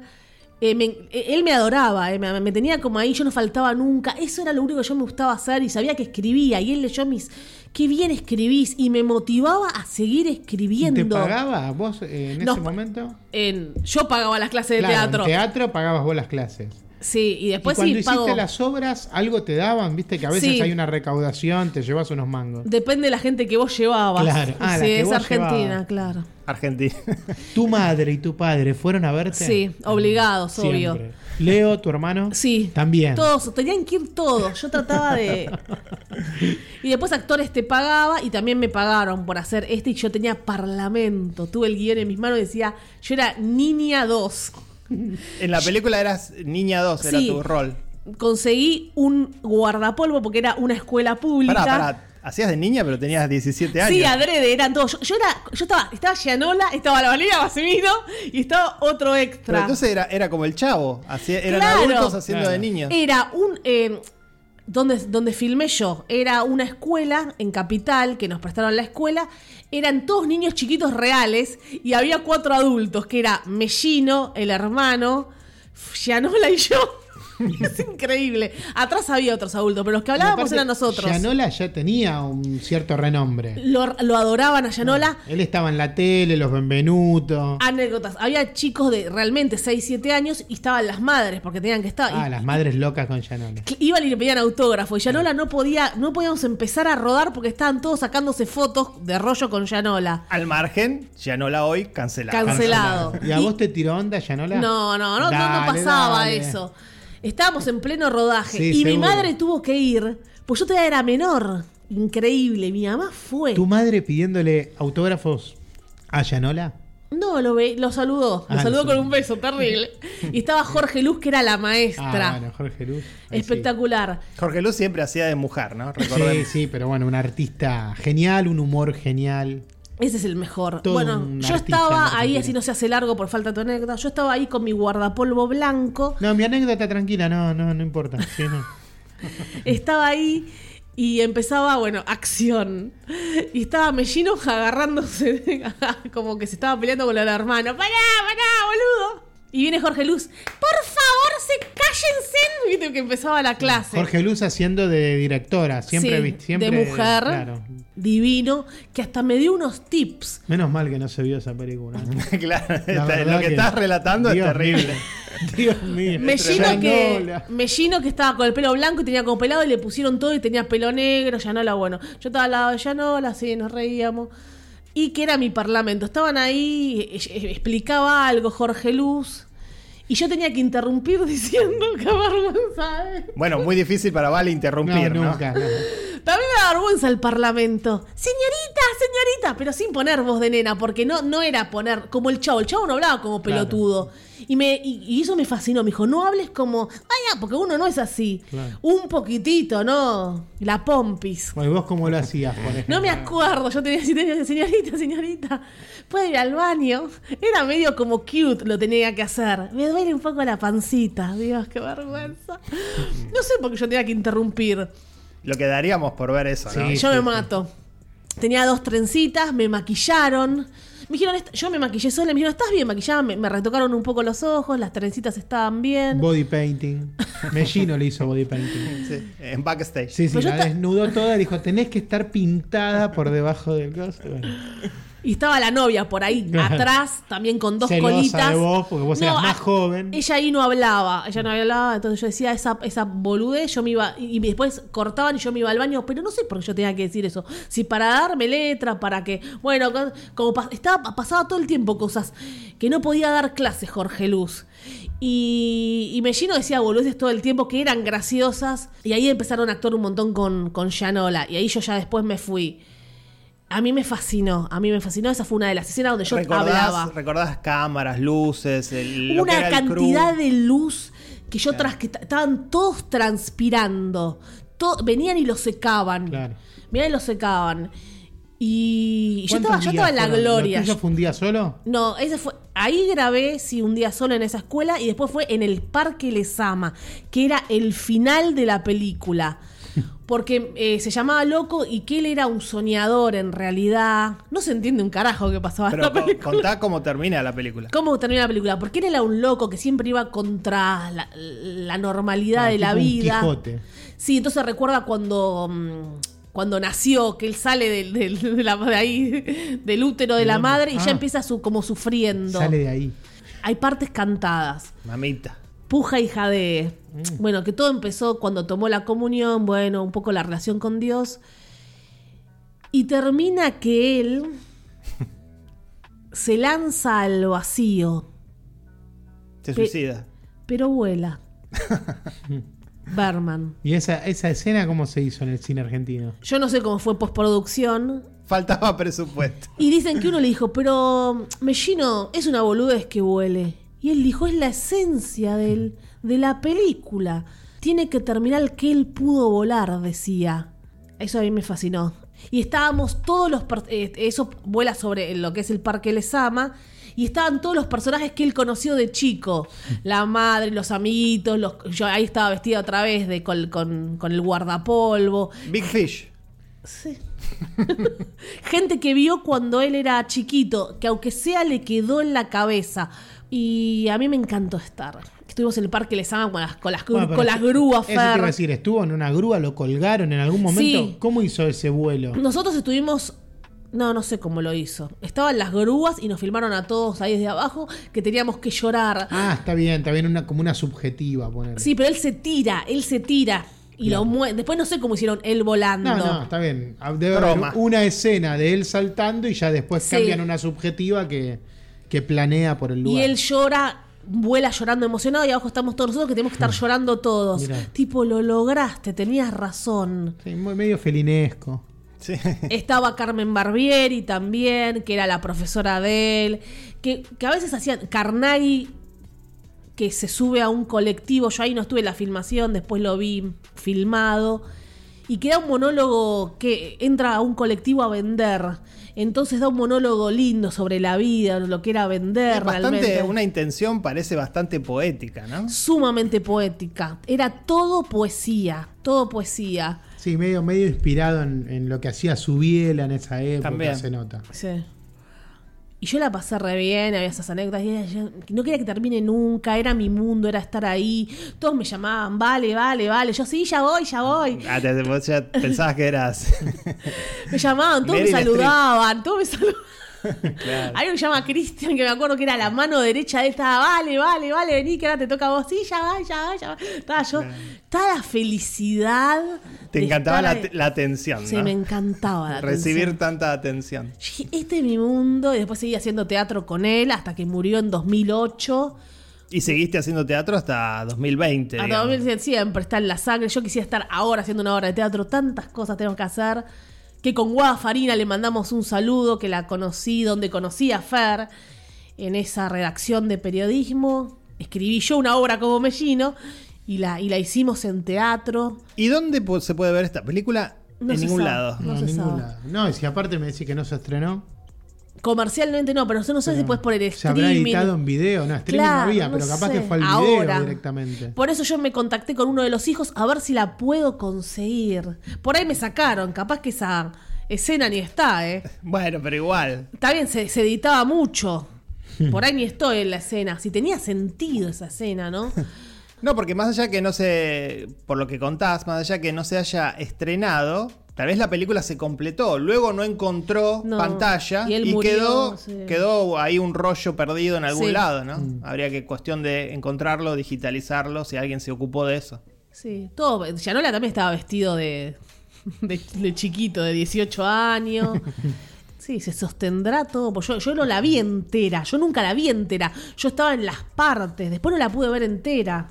C: Eh, me- eh, él me adoraba, eh, me, me tenía como ahí, yo no faltaba nunca. Eso era lo único que yo me gustaba hacer y sabía que escribía. Y él leyó mis. Qué bien escribís. Y me motivaba a seguir escribiendo.
D: ¿Te pagaba vos eh, en
C: Nos
D: ese
C: pa-
D: momento?
C: En- yo pagaba las clases de
D: Claro,
C: teatro.
D: En teatro pagabas vos las clases.
C: Sí, y después
D: y cuando
C: sí
D: hiciste
C: pago.
D: las obras, algo te daban, viste que a veces
C: Sí.
D: hay una recaudación, te llevas unos mangos.
C: Depende de la gente que vos llevabas.
D: Claro. Ah, la
C: Sí,
D: que
C: es
D: vos
C: Argentina,
D: llevabas.
C: claro.
B: Argentina.
D: ¿Tu madre y tu padre fueron a verte?
C: Sí, obligados,
D: Siempre.
C: obvio.
D: Leo, tu hermano.
C: Sí.
D: También.
C: Todos, tenían que ir todos. Yo trataba de. Y después actores te pagaba y también me pagaron por hacer este. Y yo tenía parlamento. Tuve el guión en mis manos y decía, yo era niña 2.
B: En la película eras niña 2, era
C: Sí.
B: tu rol.
C: Conseguí un guardapolvo porque era una escuela pública.
B: Pará, pará. Hacías de niña, pero tenías 17 años.
C: Sí, adrede, eran todos. Yo, yo era, yo estaba, estaba Gianola, estaba la Valeria Massimino y estaba otro
B: pero
C: extra.
B: entonces era, era como el chavo. hacía- eran
C: Claro.
B: adultos haciendo de
D: Claro.
B: niños.
C: Era un. eh, donde, donde filmé yo, era una escuela en Capital que nos prestaron la escuela. Eran todos niños chiquitos reales y había cuatro adultos, que era Mellino, el hermano, Gianola y yo. es increíble. Atrás había otros adultos, pero los que
D: Y
C: hablábamos
D: aparte,
C: eran nosotros.
D: Gianola ya tenía un cierto renombre.
C: Lo, lo adoraban a Gianola.
D: Él estaba en la tele, los Benvenuto.
C: Anécdotas. Había chicos de realmente 6, 7 años y estaban las madres porque tenían que estar.
D: Ah,
C: y-
D: las madres locas con Gianola.
C: que Iban y le pedían autógrafo y Yanola no podía, no podíamos empezar a rodar porque estaban todos sacándose fotos de rollo con Yanola.
B: Al margen, ya no la hoy, cancelada.
C: Cancelado.
D: ¿Y a vos te tiró onda, Gianola?
C: No, no, no, no, no
D: Dale,
C: pasaba
D: dale.
C: eso. Estábamos en pleno rodaje
D: Sí,
C: y mi
D: seguro.
C: madre tuvo que ir, pues yo todavía era menor. Increíble, mi mamá fue.
D: ¿Tu madre pidiéndole autógrafos a Gianola?
C: No, lo, ve, lo saludó, lo
D: Ah,
C: saludó
D: lo
C: con
D: saludó.
C: un beso terrible. Y estaba Jorge Luz, que era la maestra.
D: Ah, bueno, Jorge Luz. Ahí sí.
C: Espectacular.
B: Jorge Luz siempre hacía de mujer, ¿no?
D: Sí,
B: Recordemos.
D: sí, pero bueno, un artista genial, un humor genial.
C: Ese es el mejor.
D: Todo
C: bueno,
D: un
C: yo
D: artista en
C: estaba
D: Argentina.
C: ahí, así no se hace largo por falta de tu anécdota. Yo estaba ahí con mi guardapolvo blanco.
D: No, mi anécdota tranquila, no, no, no importa. Sí, no.
C: Estaba ahí y empezaba, bueno, acción. Y estaba Mellino agarrándose, de- como que se estaba peleando con el hermano. ¡Pará, pará, boludo! Y viene Jorge Luz. ¡Por favor, se cállense! Viste que empezaba la clase.
D: Jorge Luz haciendo de directora, siempre,
C: Sí,
D: vi- siempre
C: de mujer,
D: claro.
C: divino, que hasta me dio unos tips.
D: Menos mal que no se vio esa película. ¿no?
B: claro,
D: La
B: está-
D: verdad
B: lo que, estás relatando
D: Dios
B: es terrible.
D: mío. Dios mío.
C: Mellino que,
D: Gianola.
C: Mellino que estaba con el pelo blanco y tenía como pelado y le pusieron todo y tenía pelo negro, Yanola, bueno. Yo estaba al lado de Yanola, así nos reíamos. Y que era mi parlamento. Estaban ahí, eh, eh, explicaba algo Jorge Luz. Y yo tenía que interrumpir diciendo que vergüenza. eh.
B: Bueno, muy difícil para Vale interrumpir, ¿no?
D: No, nunca. no.
C: También me da vergüenza el parlamento. Señorita, señorita, pero sin poner voz de nena, porque no, no era poner como el chavo. El chavo no hablaba como
D: Claro.
C: pelotudo. Y, me, y, y eso me fascinó. Me dijo, no hables como. Vaya, porque uno no es así.
D: Claro.
C: Un poquitito, ¿no? La pompis.
D: Bueno, ¿y vos cómo lo hacías, por ejemplo?
C: No me acuerdo, yo tenía así, tenía, señorita, señorita, ¿puede ir al baño? Era medio como cute lo tenía que hacer. Me duele un poco la pancita, Dios, qué vergüenza. No sé por qué yo tenía que interrumpir.
B: Lo que daríamos por ver eso, ¿no?
D: Sí.
C: Yo me mato. Tenía dos trencitas, me maquillaron. Me dijeron, "Est- yo me maquillé sola, me dijeron, ¿estás bien maquillada? Me, me retocaron un poco los ojos, las trencitas estaban bien.
D: Body painting. Mellino le hizo body painting.
B: Sí, En backstage.
D: Sí, sí,
C: Pero yo
D: la
C: ta-
D: desnudó toda. Dijo, tenés que estar pintada por debajo del coso. Bueno,
C: Y estaba la novia por ahí,
D: Claro.
C: atrás, también con dos
D: Celosa
C: colitas.
D: de vos, porque vos eras más
C: a-
D: joven.
C: Ella ahí no hablaba, ella no hablaba, entonces yo decía esa, esa boludez, yo me iba, y y después cortaban y yo me iba al baño, pero no sé por qué yo tenía que decir eso. Si para darme letra, para que, bueno, co- como pas- estaba, pasaba todo el tiempo cosas que no podía dar clases Jorge Luz. Y, y Mellino decía boludeces todo el tiempo que eran graciosas, y ahí empezaron a actuar un montón con, con Gianola, y ahí yo ya después me fui. A mí me fascinó, a mí me fascinó. Esa fue una de las escenas donde yo hablaba.
B: ¿Recordás, recordás cámaras, luces, el, lo que
C: Una
B: era el crew?
C: cantidad de luz que yo tras que t- estaban todos transpirando. To- venían y lo secaban.
D: Claro.
C: Venían y lo secaban. Y, y yo
D: ¿Cuántos
C: estaba, yo
D: días
C: estaba en la
D: fueron? ¿Lo
C: gloria.
D: tuyo fue un día solo?
C: No, ese fue. Ahí grabé, sí, un día solo en esa escuela y después fue en el Parque Lesama, que era el final de la película. porque eh, se llamaba loco y que él era un soñador en realidad. No se entiende un carajo qué pasaba en
B: Pero
C: la
B: co-
C: película.
B: contá cómo termina la película.
C: ¿Cómo termina la película? Porque él era un loco que siempre iba contra la, la normalidad
D: Ah,
C: de la
D: tipo un
C: vida.
D: Quijote.
C: Sí, entonces recuerda cuando, mm, cuando nació, que él sale del, del- de la- de ahí, del útero de la
D: Del
C: madre y
D: hombre.
C: ya
D: Ah.
C: empieza su, como sufriendo.
D: Sale de ahí.
C: Hay partes cantadas.
B: Mamita.
C: Puja y jadee. Bueno, que todo empezó cuando tomó la comunión, bueno, un poco la relación con Dios. Y termina que él se lanza al vacío.
B: Se
C: Pe-
B: suicida.
C: pero vuela. Berman.
D: ¿Y esa, esa escena cómo se hizo en el cine argentino?
C: Yo no sé cómo fue postproducción.
B: Faltaba presupuesto.
C: Y dicen que uno le dijo, pero Mellino es una boludez que huele. Y él dijo, es la esencia del, de la película. Tiene que terminar que él pudo volar, decía. Eso a mí me fascinó. Y estábamos todos los... per- eh, Eso vuela sobre lo que es el Parque Lesama. Y estaban todos los personajes que él conoció de chico. La madre, los amiguitos, los, yo ahí estaba vestida otra vez de, col- con, con el guardapolvo.
B: Big Fish.
C: Sí. Gente que vio cuando él era chiquito, que aunque sea le quedó en la cabeza. Y a mí me encantó estar. Estuvimos en el parque Lesama con las, con las,
D: Bueno, pero
C: con las grúas,
D: Eso te
C: Fer.
D: iba a decir, estuvo en una grúa, lo colgaron en algún momento.
C: Sí.
D: ¿Cómo hizo ese vuelo?
C: Nosotros estuvimos. No, no sé cómo lo hizo. Estaban las grúas y nos filmaron a todos ahí desde abajo que teníamos que llorar.
D: Ah, está bien, está bien, una, como una subjetiva poner.
C: Sí, pero él se tira, él se tira. Y lo mue- Después no sé cómo hicieron él volando.
D: No, no, está bien. Ah, Debe haber
B: Roma.
D: una escena de él saltando y ya después
C: Sí.
D: cambian una subjetiva que, que planea por el
C: Y
D: lugar.
C: él llora, vuela llorando emocionado y abajo estamos todos nosotros que tenemos que
B: Mm.
C: estar llorando todos.
D: Mirá.
C: Tipo, lo lograste, tenías razón.
D: Sí, muy- medio felinesco.
B: Sí.
C: Estaba Carmen Barbieri también, que era la profesora de él, que, que a veces hacían Carnaghi que se sube a un colectivo, yo ahí no estuve en la filmación, después lo vi filmado, y que da un monólogo que entra a un colectivo a vender, entonces da un monólogo lindo sobre la vida, lo que era vender
B: Es bastante,
C: realmente.
B: una intención parece bastante poética, ¿no?
C: sumamente poética. Era todo poesía, todo poesía.
D: Sí, medio, medio inspirado en, en lo que hacía Subiela en esa época,
B: También.
D: se nota.
C: Sí. Y yo la pasé re bien, había esas anécdotas, y era- yo no quería que termine nunca, era mi mundo, era estar ahí. Todos me llamaban, vale, vale, vale. Yo sí, ya voy, ya voy.
B: Ah, te- vos ya pensabas que eras.
C: Me llamaban, todos me
B: Meryl Streep.
C: saludaban, todos me saludaban.
B: Claro.
C: Hay uno que se llama Cristian, que me acuerdo que era la mano derecha de él, estaba, vale, vale, vale, vení, que ahora te toca a vos. Sí, ya va, ya va, ya va. Estaba yo, estaba la felicidad.
B: Te
C: de
B: encantaba
C: estar
B: la,
C: ahí.
B: te- la atención,
C: Sí,
B: ¿no?
C: me encantaba la
B: Recibir
C: atención.
B: tanta atención.
C: Yo dije, este es mi mundo. Y después seguí haciendo teatro con él hasta que murió en 2008.
B: Y seguiste haciendo teatro hasta 2020.
C: Hasta
B: digamos.
C: 2007 siempre está en la sangre. Yo quisiera estar ahora haciendo una obra de teatro. Tantas cosas tenemos que hacer. Que con Guada Farina le mandamos un saludo, que la conocí, donde conocí a Fer, en esa redacción de periodismo. Escribí yo una obra como Mellino y la, y la hicimos en teatro.
B: ¿Y dónde pu- se puede ver esta película?
C: No
B: en
C: se
B: ningún
C: sabe.
B: lado.
C: No
D: No,
C: se
D: en ningún
C: sabe.
D: lado. No, y si aparte me decís que no se estrenó,
C: Comercialmente no, pero no sé si puedes poner Pues streaming.
D: se habrá editado en video. No, streaming
C: Claro,
D: no había,
C: no
D: pero capaz
C: sé.
D: que fue al
C: Ahora.
D: video directamente.
C: Por eso yo me contacté con uno de los hijos a ver si la puedo conseguir. Por ahí me sacaron, capaz que esa escena ni está, ¿eh?
B: Bueno, pero igual.
C: Está bien, se, se editaba mucho. Por ahí ni estoy en la escena. Si tenía sentido esa escena, ¿no?
B: No, porque más allá que no se. Por lo que contás, más allá que no se haya estrenado, tal vez la película se completó. Luego no encontró
C: No,
B: pantalla
C: y
B: y,
C: él murió,
B: quedó,
C: sí.
B: quedó ahí un rollo perdido en algún
C: Sí.
B: lado, ¿no? Habría que cuestión de encontrarlo, digitalizarlo, si alguien se ocupó de eso.
C: Sí, todo. Yanola también estaba vestido de, de, de chiquito, de 18 años. Sí, se sostendrá todo. porque Yo, yo no la vi entera, yo nunca la vi entera. Yo estaba en las partes, después no la pude ver entera.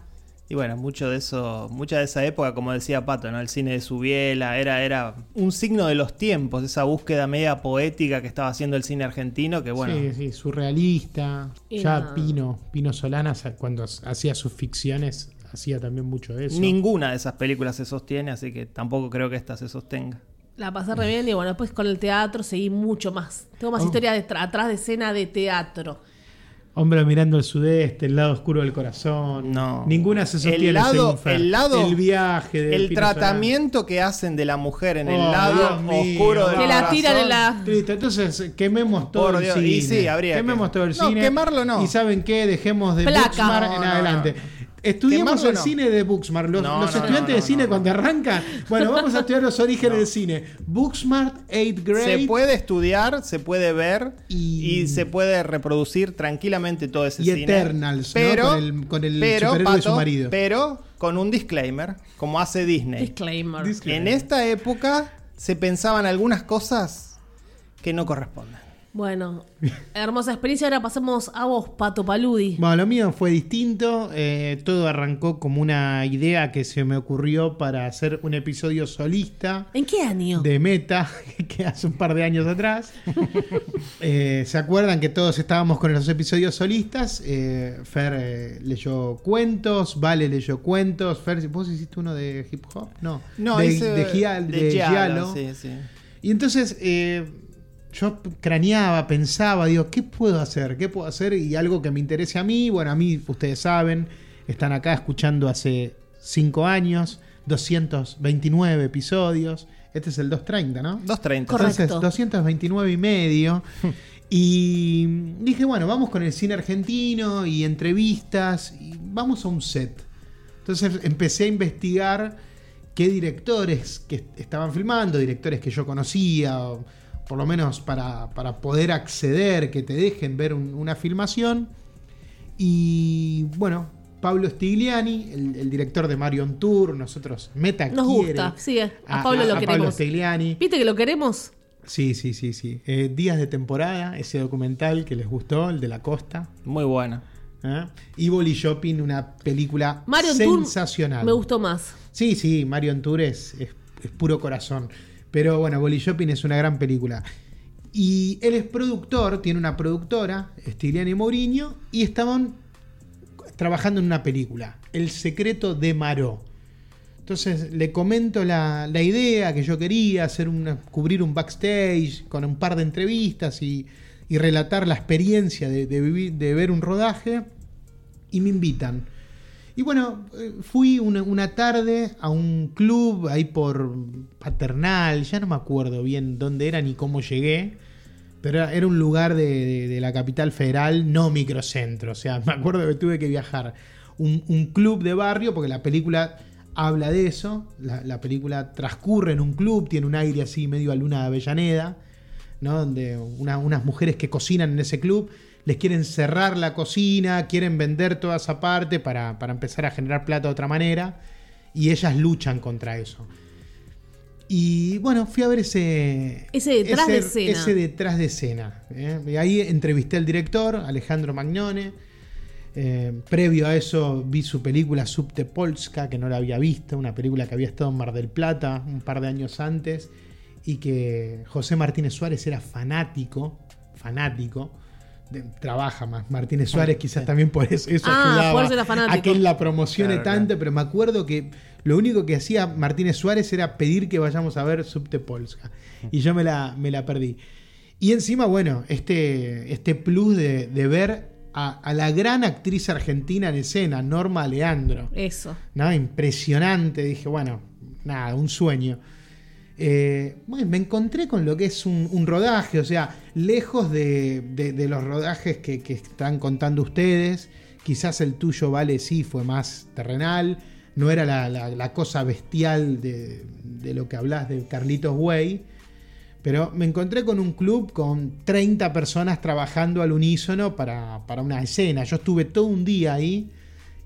B: Y bueno, mucho de eso, mucha de esa época, como decía Pato, ¿no? El cine de Subiela era, era un signo de los tiempos, esa búsqueda media poética que estaba haciendo el cine argentino, que bueno,
D: Sí, sí, surrealista.
C: Y
D: ya
C: nada.
D: Pino, Pino Solana, sa- cuando s- hacía sus ficciones, hacía también mucho de eso.
B: ninguna de esas películas se sostiene, así que tampoco creo que esta se sostenga.
C: La pasé re bien y bueno, después con el teatro seguí mucho más. Tengo más
D: Oh.
C: historias de tra- atrás de escena de teatro.
D: Hombre mirando al sudeste, el lado oscuro del corazón.
B: No.
D: Ninguna se sostiene.
B: El lado-
D: según Fer.
B: el lado-
D: el viaje, del
B: El
D: Pino Solano.
B: tratamiento que hacen de la mujer en el
D: Oh,
B: lado
D: Dios mío,
B: oscuro del
C: Que la tiran en la-
D: Listo, Ah. entonces quememos todo
B: Por
D: el
B: Dios,
D: cine.
B: y sí, habría
D: quememos
B: que-
D: todo el
B: No,
D: cine.
B: quemarlo no.
D: Y saben qué, dejemos de
C: Placa.
D: Booksmart
B: No,
D: en
B: no,
D: adelante. Estudiamos
B: Quemarlo
D: el
B: no.
D: cine de Booksmart. Los,
B: No,
D: los
B: no, no,
D: estudiantes
B: no,
D: de
B: no,
D: cine
B: no.
D: cuando arrancan, bueno, vamos a estudiar los orígenes
B: No.
D: del cine. Booksmart, 8th grade.
B: Se puede estudiar, se puede ver
D: Y-
B: y, se puede reproducir tranquilamente todo ese
D: Y
B: cine.
D: Eternals, ¿no?
B: pero
D: Con el- con el superhéroe de su marido.
B: Pero con un disclaimer, como hace Disney.
C: Disclaimer.
D: Dis-
B: En esta época se pensaban algunas cosas que no corresponden.
C: Bueno, hermosa experiencia. Ahora pasamos a vos, Pato Paludi.
D: Bueno, lo mío fue distinto. eh, todo arrancó como una idea que se me ocurrió para hacer un episodio solista.
C: ¿En qué año?
D: de Meta, que hace un par de años atrás. Eh, ¿Se acuerdan que todos estábamos con los episodios solistas? Eh, Fer eh, leyó cuentos, Vale leyó cuentos. Fer, ¿vos hiciste uno de hip hop? No, de,
B: ese-
D: de Gial-
B: de
D: de
B: Giallo,
D: Giallo.
B: sí, sí.
D: Y entonces eh, yo craneaba, pensaba, digo, ¿qué puedo hacer? ¿Qué puedo hacer? Y algo que me interese a mí, bueno, a mí, ustedes saben, están acá escuchando hace 5 años, 229 episodios. Este es el 230, ¿no?
B: 230.
C: Correcto.
D: Entonces, 229 y medio. Y dije, bueno, vamos con el cine argentino y entrevistas y vamos a un set. Entonces empecé a investigar qué directores que est- estaban filmando, directores que yo conocía, o por lo menos para, para poder acceder, que te dejen ver un- una filmación. Y bueno, Pablo Stigliani, el, el director de Marion Tour, nosotros, Meta
C: Nos
D: quiere Ah,
C: gusta, sí, eh. a Pablo lo
D: a
C: queremos.
D: Stigliani.
C: ¿Viste que lo queremos?
D: Sí, sí, sí, sí. Eh, Días de temporada, ese documental que les gustó, el de la costa.
B: Muy buena.
D: ¿eh? Evil y Shopping, una película
C: Mario
D: sensacional.
C: Me gustó más.
D: Sí, sí, Mario Tour es, es- es puro corazón. Pero bueno, Bolly Shopping es una gran película. Y él es productor, tiene una productora, Stiliani Mourinho, y estaban trabajando en una película, El secreto de Maró. Entonces le comento la, la idea que yo quería, hacer una, cubrir un backstage con un par de entrevistas y, y relatar la experiencia de, de vivir- de ver un rodaje. Y me invitan. Y bueno, eh, fui una, una tarde a un club ahí por Paternal, ya no me acuerdo bien dónde era ni cómo llegué, pero era- era un lugar de, de- de la capital federal, no microcentro, o sea, me acuerdo que tuve que viajar. Un, un club de barrio, porque la película habla de eso, la, la película transcurre en un club, tiene un aire así medio a Luna de Avellaneda, ¿no? Donde una- unas mujeres que cocinan en ese club les quieren cerrar la cocina, quieren vender toda esa parte para, para empezar a generar plata de otra manera. Y ellas luchan contra eso. Y bueno, fui a ver ese.
C: Ese detrás de escena.
D: Ese detrás de escena. ¿eh? Y ahí entrevisté al director, Alejandro Magnone. Eh, previo a eso vi su película Subte Polska, que no la había visto, una película que había estado en Mar del Plata un par de años antes y que José Martínez Suárez era fanático, fanático, de- trabaja más. Martínez Suárez quizás también por eso, eso
C: Ah,
D: ayudaba
C: por eso era fanático.
D: a que él la promocione
B: Claro,
D: tanto, pero me acuerdo que lo único que hacía Martínez Suárez era pedir que vayamos a ver Subte Polska y yo me la, me la perdí. Y encima, bueno, este, este plus de, de ver a, a la gran actriz argentina en escena, Norma Leandro.
C: Eso.
D: ¿no? Impresionante. Dije, bueno, nada, un sueño. Eh, bueno, me encontré con lo que es un, un rodaje, o sea, lejos de, de- de los rodajes que, que están contando ustedes, quizás el tuyo, vale, sí, fue más terrenal, no era la, la- la cosa bestial de, de lo que hablas de Carlitos Way, pero me encontré con un club con 30 personas trabajando al unísono para, para una escena. Yo estuve todo un día ahí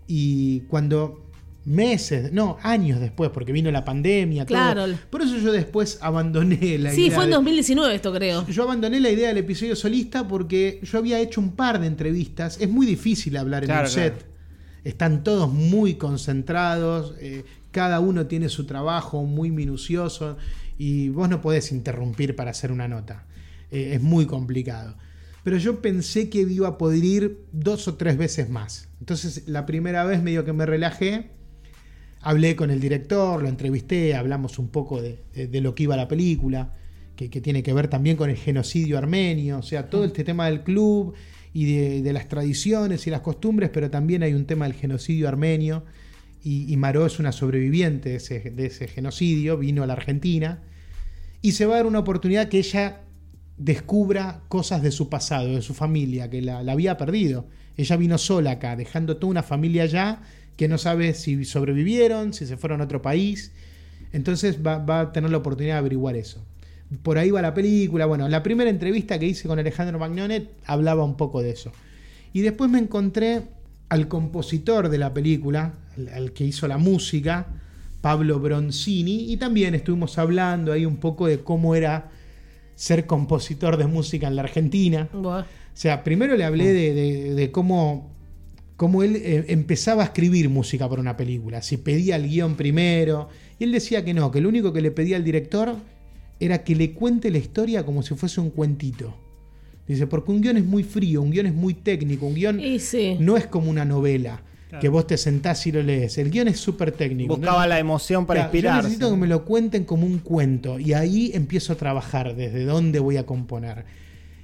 D: y cuando meses, no, años después, porque vino la pandemia, todo.
C: Claro.
D: Por eso yo después abandoné la
C: sí,
D: idea.
C: fue en
D: de-
C: 2019 esto, creo.
D: yo abandoné la idea del episodio solista porque yo había hecho un par de entrevistas. Es muy difícil hablar en
B: Claro,
D: un
B: claro.
D: set. Están todos muy concentrados, eh, cada uno tiene su trabajo muy minucioso y vos no podés interrumpir para hacer una nota. Eh, es muy complicado. Pero yo pensé que iba a poder ir dos o tres veces más. Entonces la primera vez medio que me relajé, hablé con el director, lo entrevisté, hablamos un poco de, de- de lo que iba la película, que, que tiene que ver también con el genocidio armenio, o sea, todo este tema del club y de, de las tradiciones y las costumbres, pero también hay un tema del genocidio armenio. Y, y Maró es una sobreviviente de ese, de ese genocidio, vino a la Argentina. Y se va a dar una oportunidad que ella descubra cosas de su pasado, de su familia, que la, la había perdido. Ella vino sola acá, dejando toda una familia allá que no sabe si sobrevivieron, si se fueron a otro país. Entonces va, va a tener la oportunidad de averiguar eso. Por ahí va la película. Bueno, la primera entrevista que hice con Alejandro Magnone hablaba un poco de eso. Y después me encontré al compositor de la película, al, al que hizo la música, Pablo Bronzini, y también estuvimos hablando ahí un poco de cómo era ser compositor de música en la Argentina.
C: Buah.
D: O sea, primero le
B: Mm.
D: hablé de, de- de cómo, cómo él eh, empezaba a escribir música para una película, si pedía el guión primero. Y él decía que no, que lo único que le pedía al director era que le cuente la historia como si fuese un cuentito. Dice, porque un guión es muy frío, un guión es muy técnico, un guión
C: Y sí.
D: no es como una novela,
B: Claro.
D: que vos te sentás y lo lees. El guión es súper técnico.
B: Buscaba
D: ¿no?
B: la emoción para
D: Claro, Yo
B: inspirarse.
D: necesito que me lo cuenten como un cuento y ahí empiezo a trabajar desde dónde voy a componer.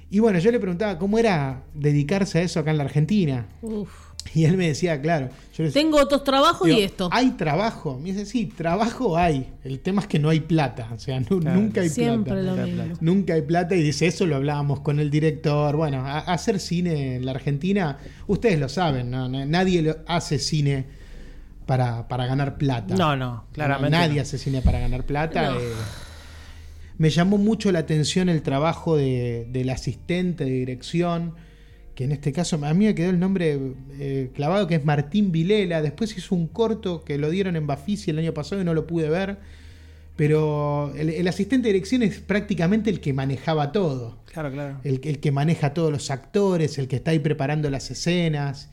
D: Y bueno, yo le preguntaba cómo era dedicarse a eso acá en la Argentina.
C: Uf.
D: Y él me decía, claro, yo le decía,
C: Tengo otros trabajos y
D: digo,
C: esto.
D: ¿Hay trabajo? Me dice, sí, trabajo hay. El tema es que no hay plata. O sea, nu-
B: Claro.
D: nunca hay
C: Siempre
D: plata.
C: lo
B: Plata,
C: mismo.
B: plata.
D: Nunca hay plata. Y dice, eso lo hablábamos con el director. Bueno, a- hacer cine en la Argentina, ustedes lo saben, ¿no? Na- nadie lo- hace cine para, para ganar plata.
B: No, no, claramente.
D: Nadie
B: no.
D: hace cine para ganar plata.
C: No.
D: eh. me llamó mucho la atención el trabajo de- del asistente de dirección, que en este caso a mí me quedó el nombre eh, clavado, que es Martín Vilela. Después hizo un corto que lo dieron en Bafisi el año pasado y no lo pude ver. Pero el, el asistente de dirección es prácticamente el que manejaba todo
B: Claro, claro.
D: el, el que maneja a todos los actores, el que está ahí preparando las escenas,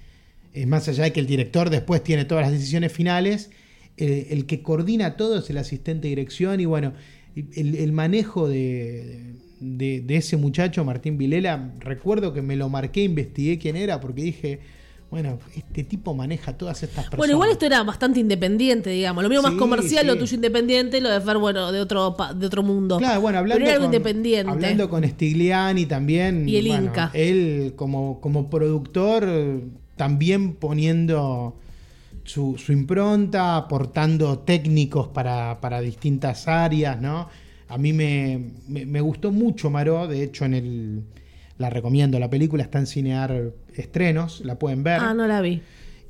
D: eh, más allá de que el director después tiene todas las decisiones finales, eh, el que coordina todo es el asistente de dirección y bueno, el, el manejo de, de- de ese muchacho, Martín Vilela, recuerdo que me lo marqué, investigué quién era porque dije, bueno, este tipo maneja todas estas personas.
C: Bueno, igual esto era bastante independiente, digamos. Lo mío más
D: Sí,
C: comercial, lo
D: sí.
C: tuyo independiente, lo de Fer, bueno, de otro, pa- de otro mundo.
D: Claro, bueno, hablando,
C: Pero era algo
D: con,
C: independiente.
D: hablando con Stigliani también.
C: Y el
D: bueno,
C: Inca.
D: Él, como, como productor, eh, también poniendo su, su impronta, aportando técnicos para, para distintas áreas, ¿no? A mí me, me- me gustó mucho Maró, de hecho, en el. La recomiendo, la película está en Cinear Estrenos, la pueden ver.
C: Ah, no la vi.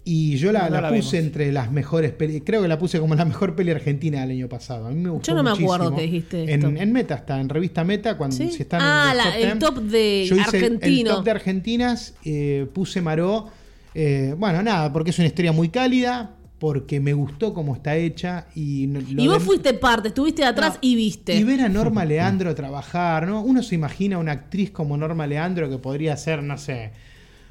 D: Y yo la,
B: No
D: la
B: la
D: puse
B: vemos.
D: entre las mejores peli- Creo que la puse como la mejor peli argentina del año pasado. A mí me gustó
C: Yo no me
D: muchísimo.
C: acuerdo que dijiste
D: En,
C: esto.
D: en Meta está, en revista Meta, cuando
C: ¿Sí?
D: Mm, si están
C: Ah,
D: en los
C: la- el
D: 10,
C: top de
D: yo hice el- El,
C: argentino.
D: top de Argentinas, eh, puse Maró. eh, bueno, nada, porque es una historia muy cálida, porque me gustó cómo está hecha. Y, no- lo
C: y vos
D: de-
C: fuiste parte, estuviste atrás
D: No.
C: y viste.
D: y ver a Norma Leandro trabajar, ¿no? Uno se imagina una actriz como Norma Leandro que podría ser, no sé,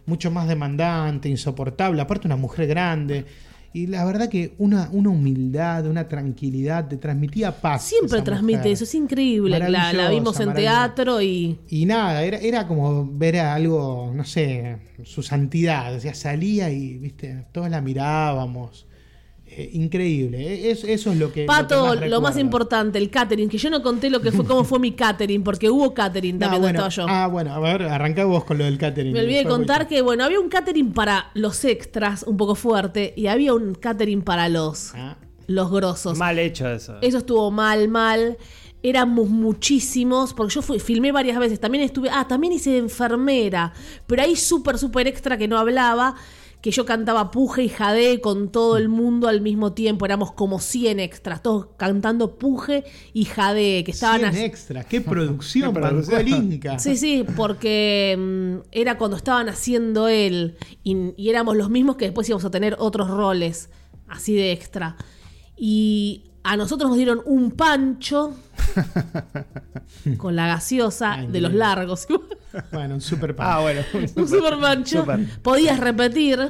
D: mucho más demandante, insoportable, aparte una mujer grande. Y la verdad que una, una humildad, una tranquilidad, te transmitía paz.
C: Siempre
D: esa
C: transmite
D: mujer.
C: eso, es increíble. La, la vimos
D: Maravillosa,
C: en
D: maravillosa. Eh,
C: teatro y.
D: Y nada, era, era como ver a algo, no sé, su santidad. O sea, salía y, viste, todos la mirábamos. Eh, increíble. Eh, es- eso es lo que.
C: Pato, lo más,
D: recuerdo.
C: importante, el catering, que yo no conté lo que fue, cómo fue mi catering, porque hubo catering
D: Ah,
C: también donde
D: bueno.
C: estaba yo.
D: Ah, bueno, a ver, arrancá vos con lo del catering.
C: Me olvidé de
D: Después voy
C: contar
D: yo.
C: que, bueno, había un catering para los extras, un poco fuerte, y había un catering para los,
D: Ah,
C: los grosos.
B: Mal hecho
D: Eh,
B: eso.
C: Eso estuvo mal, mal. Éramos muchísimos, porque yo fui, filmé varias veces. También estuve. Ah, también hice de enfermera. Pero ahí súper, súper extra que no hablaba. Que yo cantaba puje y jade con todo el mundo al mismo tiempo. Éramos como 100 extras, todos cantando puje y jade. Que estaban
D: 100
C: allí-
D: extras, qué producción,
B: Qué
D: bancó
B: producción.
D: el Inca.
C: Sí, sí, porque mm, era cuando estaban haciendo él y, y éramos los mismos que después íbamos a tener otros roles, así de extra. Y a nosotros nos dieron un pancho con la gaseosa
D: Ay,
C: de los
D: mira.
C: largos.
D: Bueno, un super pancho.
B: Ah, bueno.
C: un super pancho.
B: Super.
C: Podías repetir.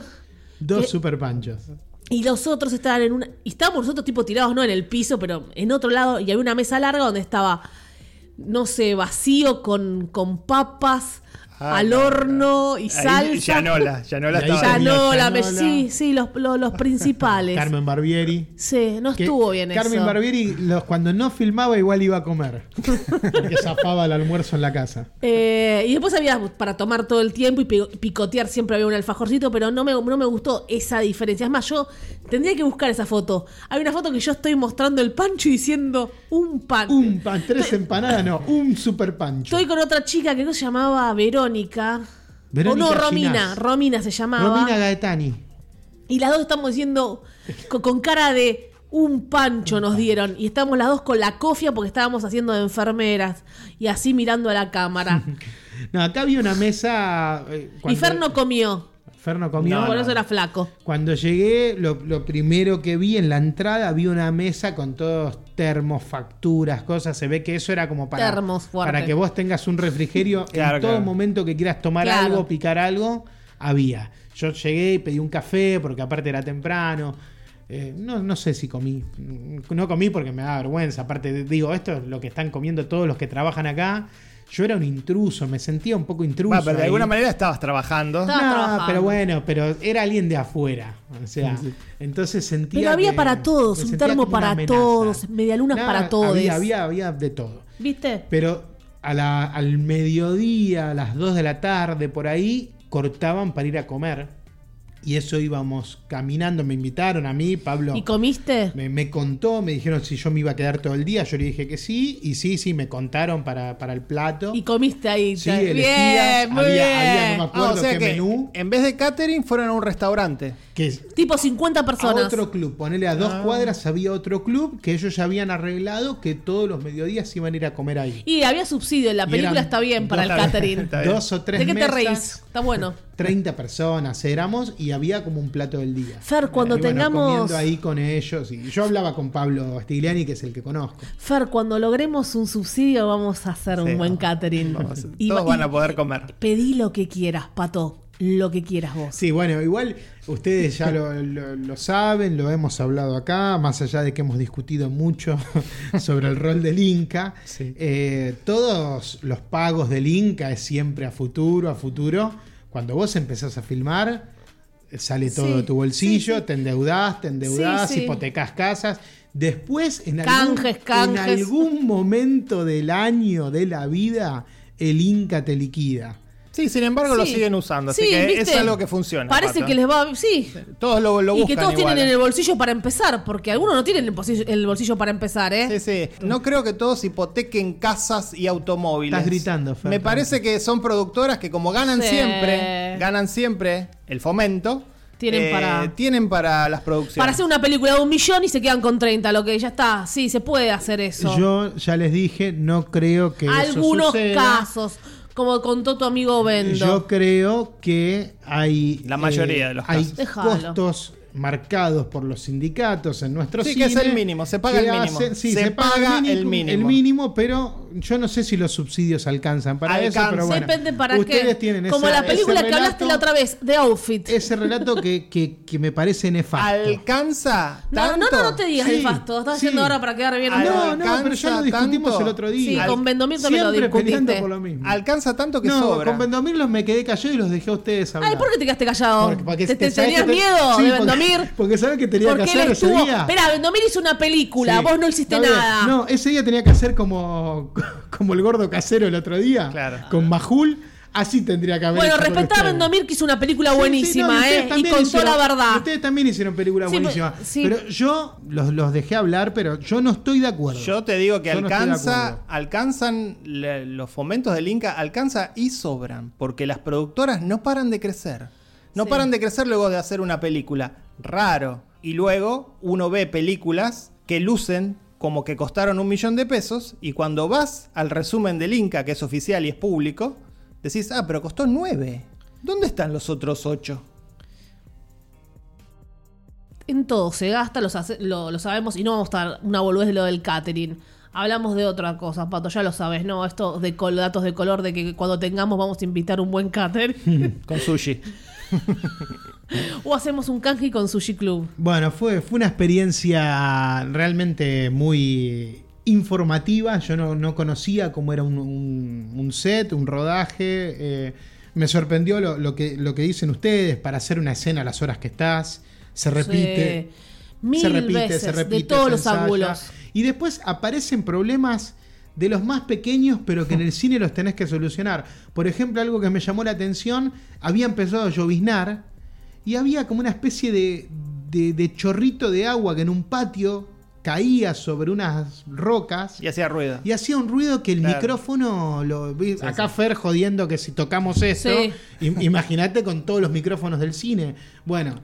D: Dos
C: que-
D: super panchos.
C: Y los otros estaban en una. Y estábamos nosotros tipo tirados, no en el piso, pero en otro lado. Y había una mesa larga donde estaba, no sé, vacío con, con papas. al horno y salsa.
B: Ahí, Yanola, Yanola
D: Y ahí
B: estaba-
D: ya-
C: Yanola, me-
D: Yanola.
C: sí, sí, los, lo- los principales.
D: Carmen Barbieri.
C: Sí, no
D: Que
C: estuvo bien
D: Carmen
C: eso.
D: Barbieri, los, cuando no filmaba, igual iba a comer. Porque zafaba el almuerzo en la casa.
C: Eh, y después había para tomar todo el tiempo y pi- picotear siempre había un alfajorcito, pero no me, no me gustó esa diferencia. Es más, yo tendría que buscar esa foto. Hay una foto que yo estoy mostrando el pancho y diciendo un pan.
D: Un pan, tres empanadas, no, un super pancho.
C: Estoy con otra chica que creo que se llamaba Verónica.
D: Verónica
C: o no, Romina.
D: Ginás.
C: Romina se llamaba.
D: Romina Gaetani.
C: Y las dos estamos diciendo co- con, cara de un pancho nos dieron. Y estamos las dos con la cofia porque estábamos haciendo de enfermeras. Y así mirando a la cámara.
D: No, acá había una mesa. eh,
C: y
D: cuando-
C: Fer no comió.
D: Fer no comió.
B: No,
C: por
B: no.
C: eso era flaco.
D: Cuando llegué, lo, lo primero que vi en la entrada, vi una mesa con todos termos, facturas, cosas. Se ve que eso era como para,
C: Termos, fuerte.
D: para que vos tengas un refrigerio
B: Claro,
D: en todo
B: claro.
D: momento que quieras tomar
C: Claro.
D: algo, picar algo, había. Yo llegué y pedí un café porque aparte era temprano. Eh, no, no sé si comí. No comí porque me da vergüenza. Aparte, de- digo, esto es lo que están comiendo todos los que trabajan acá. Yo era un intruso, me sentía un poco intruso.
B: Ah, pero de
D: ahí.
B: alguna manera estabas trabajando.
C: Estaba
D: No,
C: trabajando.
D: pero bueno, pero era alguien de afuera. O sea, entonces sentía.
C: Pero había
D: que-
C: para todos,
D: me
C: un
D: sentía
C: termo
D: como una
C: para
D: amenaza.
C: todos, medialunas para todos.
D: Había, había, había de todo.
C: ¿Viste?
D: Pero a la- al mediodía, a las 2 de la tarde, por ahí, cortaban para ir a comer. Y eso íbamos caminando. Me invitaron a mí, Pablo.
C: ¿Y comiste?
D: Me, me contó, me dijeron si yo me iba a quedar todo el día. Yo le dije que sí. Y sí, sí, me contaron para, para el plato.
C: ¿Y comiste ahí?
D: Sí,
C: bien,
D: elegía,
C: muy
D: había- había
C: bien.
D: nomás-
B: Ah, o
D: acuerdo
B: sea
D: qué
B: que
D: menú.
B: en vez de catering fueron a un restaurante.
D: que
C: tipo 50
D: a
C: personas.
D: otro club. Ponele a
C: Ah.
D: dos cuadras había otro club que ellos ya habían arreglado que todos los mediodías iban a ir a comer ahí.
C: Y había subsidio, la
D: Y
C: película
D: eran-
C: está bien para el
B: Está bien,
C: catering.
B: está bien.
D: Dos o tres
C: ¿De qué te
D: mesas,
C: reís? Está bueno.
D: 30 personas éramos y había como un plato del día.
C: Fer, cuando
D: Y bueno,
C: tengamos.
D: comiendo ahí con ellos. Y yo hablaba con Pablo Stigliani, que es el que conozco.
C: Fer, cuando logremos un subsidio, vamos a hacer
B: Sí,
C: un buen
B: vamos.
C: catering.
B: Vamos,
C: Y-
B: todos
C: y-
B: van a poder comer.
C: Pedí lo que quieras, pato. Lo que quieras vos.
D: Sí, bueno, igual ustedes ya lo, lo- lo saben, lo hemos hablado acá, más allá de que hemos discutido mucho sobre el rol del Inca.
B: Sí.
D: Eh, todos los pagos del Inca es siempre a futuro, a futuro. Cuando vos empezás a filmar, eh, sale todo
C: Sí,
D: de tu bolsillo,
C: sí, sí.
D: te endeudás, te endeudás,
C: Sí, sí.
D: hipotecás casas. Después, en
C: Canjes,
D: algún,
C: canjes.
D: en algún momento del año, de la vida, el Inca te liquida.
B: Sí, sin embargo lo
C: Sí.
B: siguen usando, así
C: Sí,
B: que
C: ¿viste?
B: es algo que funciona.
C: Parece
B: Pato.
C: que les va. Sí.
B: Todos lo, lo
C: Y
B: buscan
C: que todos
B: igual. ¿eh?
C: tienen en el bolsillo para empezar, porque algunos no tienen el bolsillo, el bolsillo para empezar, ¿eh?
B: Sí, sí. No creo que todos hipotequen casas y automóviles.
D: Estás gritando, Fer,
B: Me parece que son productoras que como ganan
C: Sí.
B: siempre, ganan siempre el fomento. eh,
C: Tienen para-
B: Tienen para las producciones.
C: Para hacer una película de un millón y se quedan con 30, lo que ya está. Sí, se puede hacer eso.
D: Yo ya les dije, no creo que
C: Algunos
D: eso suceda.
C: casos, como contó tu amigo Bendo.
D: Yo creo que hay eh,
B: La mayoría de los
D: hay
B: casos.
C: Déjalo.
D: costos marcados por los sindicatos en nuestro
B: Sí,
D: cine
B: que es el mínimo, se paga
D: que
B: el mínimo.
D: sí,
B: Se
D: se, paga, el mínimo,
B: paga el mínimo.
D: el mínimo, pero yo no sé si los subsidios alcanzan para eso,
B: Alcanza.
D: pero bueno.
C: Depende para qué.
D: ustedes tienen
C: como
D: esa-
C: la película
D: ese
C: que hablaste
D: relato-
C: la otra vez, de Outfit.
D: Ese relato que, que, que me parece nefasto.
B: ¿Alcanza
C: no, no,
B: tanto?
C: no, no te digas
D: Sí,
C: nefasto. Estás
D: sí.
C: haciendo ahora para quedar bien.
D: no, no, pero ya
B: ¿Alcanza
D: lo discutimos
B: tanto?
D: el otro
C: sí,
D: día.
C: con Vendomir también lo
D: Siempre peleando
C: discutiste.
D: por lo mismo.
B: Alcanza tanto que
D: no,
B: sobra.
D: con Vendomir los me quedé callado y los dejé a ustedes hablar.
C: Ay, ¿por qué te quedaste callado?
D: Porque- porque
C: ¿Te, te
D: sabés
C: tenías
D: que te-
C: miedo
D: Sí,
C: de
D: porque-
C: Vendomir?
D: Porque, sabes que tenía que
C: Porque él
D: hacer ese
C: estuvo.
D: día.
C: Espera, Vendomir hizo una película,
D: Sí.
C: vos no hiciste
D: Está bien.
C: nada.
D: No, ese día tenía que hacer como, como el gordo casero el otro día.
B: Claro.
D: Con Majul. Así tendría que haber
C: bueno,
D: hecho con
C: respetá a
D: ustedes.
C: Vendomir que hizo una película
D: Sí, sí,
C: buenísima,
D: no, y ustedes
C: ¿eh? Y
D: también
C: contó
D: hicieron-
C: la verdad.
D: y Ustedes también hicieron películas
C: Sí, pero-
D: buenísimas.
C: sí.
D: Pero yo los, los dejé hablar, pero yo no estoy de acuerdo.
B: Yo te digo que
D: Yo no estoy de
B: alcanza,
D: acuerdo.
B: alcanzan le- los fomentos del Inca, alcanza y sobran, porque las productoras no paran de crecer. No
C: Sí.
B: paran de crecer luego de hacer una película. Raro. Y luego uno ve películas que lucen como que costaron un millón de pesos y cuando vas al resumen del Inca, que es oficial y es público, decís, ah, pero costó nueve. ¿Dónde están los otros ocho?
C: En todo se gasta, los hace- lo, lo sabemos, y no vamos a estar una boludez de lo del catering. Hablamos de otra cosa, Pato, ya lo sabes, ¿no? Esto de col- datos de color, de que cuando tengamos vamos a invitar un buen catering.
B: Con sushi.
C: o hacemos un canje con Sushi Club.
D: Bueno, fue, fue una experiencia realmente muy informativa, yo no, no conocía cómo era un, un- un set, un rodaje. eh, me sorprendió lo, lo que, lo que dicen ustedes, para hacer una escena a las horas que estás, se repite.
C: Sí. Mil
D: se repite,
C: veces,
D: se repite,
C: de todos
D: se
C: los
D: ensaya.
C: ángulos.
D: Y después aparecen problemas de los más pequeños, pero que en el cine los tenés que solucionar. Por ejemplo, algo que me llamó la atención, había empezado a lloviznar y había como una especie de, de- de chorrito de agua que en un patio caía sobre unas rocas.
B: Y hacía ruido.
D: Y hacía un ruido que el
B: Claro.
D: micrófono lo. vi- Acá Fer jodiendo que si tocamos esto.
C: Sí.
D: im- Imagínate con todos los micrófonos del cine. Bueno.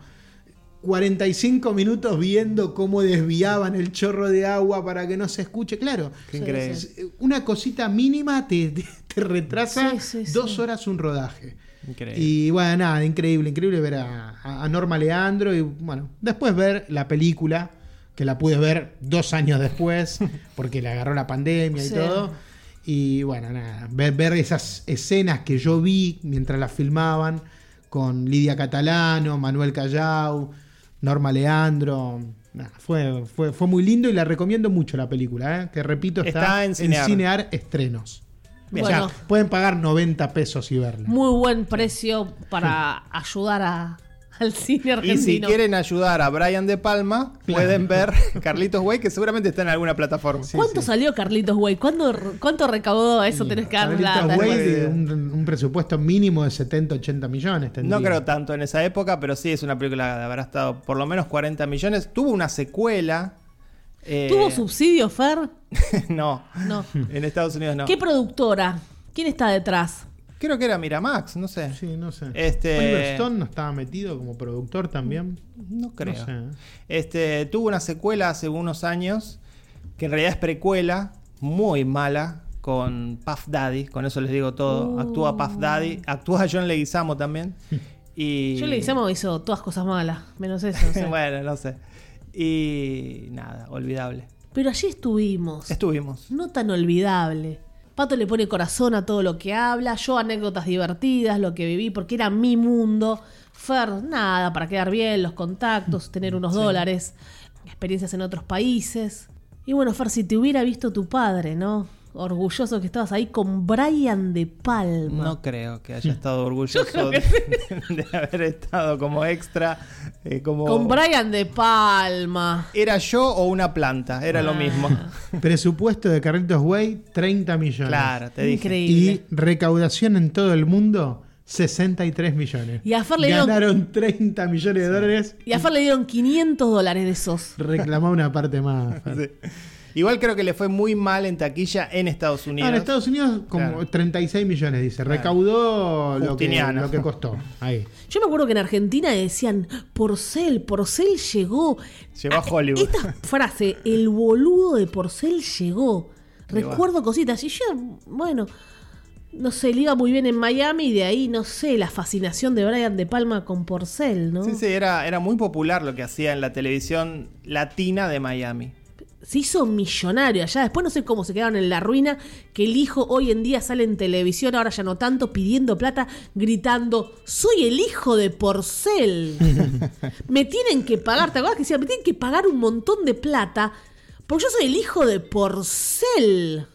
D: 45 minutos viendo cómo desviaban el chorro de agua para que no se escuche. Claro,
B: Qué increíble.
D: es- una cosita mínima te, te- te retrasa
C: Sí, sí, sí.
D: dos horas un rodaje.
B: Increíble.
D: Y bueno, nada, increíble, increíble ver a, a- a Norma Leandro y bueno, después ver la película, que la pude ver dos años después, porque le agarró la pandemia y
C: Sí.
D: todo. Y bueno, nada, ver, ver esas escenas que yo vi mientras las filmaban con Lidia Catalano, Manuel Callao, Norma Leandro. nada, fue, fue, fue muy lindo y la recomiendo mucho la película, ¿eh? que repito,
B: Está
D: está,
B: en
D: en
B: Cinear.
D: Cinear Estrenos.
B: Bien.
D: O sea,
C: Bueno.
D: pueden pagar 90 pesos y verla.
C: Muy buen precio para ayudar a, al cine
B: Y si
C: argentino.
B: quieren ayudar a Brian De Palma, pueden ver Carlitos Way, que seguramente está en alguna plataforma.
C: ¿Cuánto salió Carlitos Güey? ¿Cuánto, ¿Cuánto recaudó? Eso tenés que dar
D: Carlitos
C: plata.
D: Way
B: Güey.
D: de Mm. un, un presupuesto mínimo de 70, 80 millones. tendría.
B: No creo tanto en esa época, pero sí es una película que habrá estado por lo menos 40 millones. Tuvo una secuela. eh,
C: ¿Tuvo subsidio, Fer?
B: no,
C: No.
B: en Estados Unidos no.
C: ¿Qué productora? ¿Quién está detrás?
B: Creo que era Miramax, no sé.
D: Sí, no sé.
B: Este-
D: Oliver Stone no estaba metido como productor también.
B: No creo.
D: No sé. ¿eh?
B: Este, tuvo una secuela hace unos años, que en realidad es precuela, muy mala, con Puff Daddy, con eso les digo todo.
C: Uh.
B: Actúa Puff Daddy, actúa John Leguizamo también. Y...
C: Yo le Leguizamo hizo todas cosas malas, menos eso. o sea.
B: bueno, no sé. Y nada, olvidable.
C: Pero allí estuvimos.
B: Estuvimos.
C: No tan olvidable. Pato le pone corazón a todo lo que habla, yo anécdotas divertidas, lo que viví, porque era mi mundo. Fer, nada, para quedar bien, los contactos, tener unos dólares, experiencias en otros países. Y bueno, Fer, si te hubiera visto tu padre, ¿no? Orgulloso que estabas ahí con Brian de Palma.
B: No creo que haya estado orgulloso de, de haber estado como extra, eh, como...
C: Con Brian de Palma.
B: ¿Era yo o una planta? Era lo
C: Ah.
B: mismo.
D: Presupuesto de Carlitos Way, 30 millones.
B: Claro, te dije.
D: Y
C: Increíble.
D: recaudación en todo el mundo, 63 millones.
C: Y a Fer le dieron,
D: Ganaron 30 millones de dólares.
C: y a Fer le dieron 500 dólares de esos.
D: Reclamaba una parte más. Fer.
B: Igual creo que le fue muy mal en taquilla en Estados
D: Ah,
B: Unidos.
D: en Estados Unidos, como
B: Claro.
D: 36 millones, dice. Recaudó lo que,
B: Justiniano.
D: lo que costó. Ahí.
C: Yo me acuerdo que en Argentina decían, Porcel, Porcel llegó. Ah,
B: Llegó a Hollywood.
C: Esta frase, el boludo de Porcel llegó.
B: Llegó.
C: Recuerdo cositas. Y yo, bueno, no sé, le iba muy bien en Miami y de ahí, no sé, la fascinación de Brian de Palma con Porcel, ¿no?
B: Sí, sí, era, era muy popular lo que hacía en la televisión latina de Miami.
C: Se hizo millonario allá. Después no sé cómo se quedaron en la ruina, que el hijo hoy en día sale en televisión, ahora ya no tanto, pidiendo plata, gritando, soy el hijo de Porcel. me tienen que pagar, ¿te acuerdas que decía? Me tienen que pagar un montón de plata, porque yo soy el hijo de Porcel.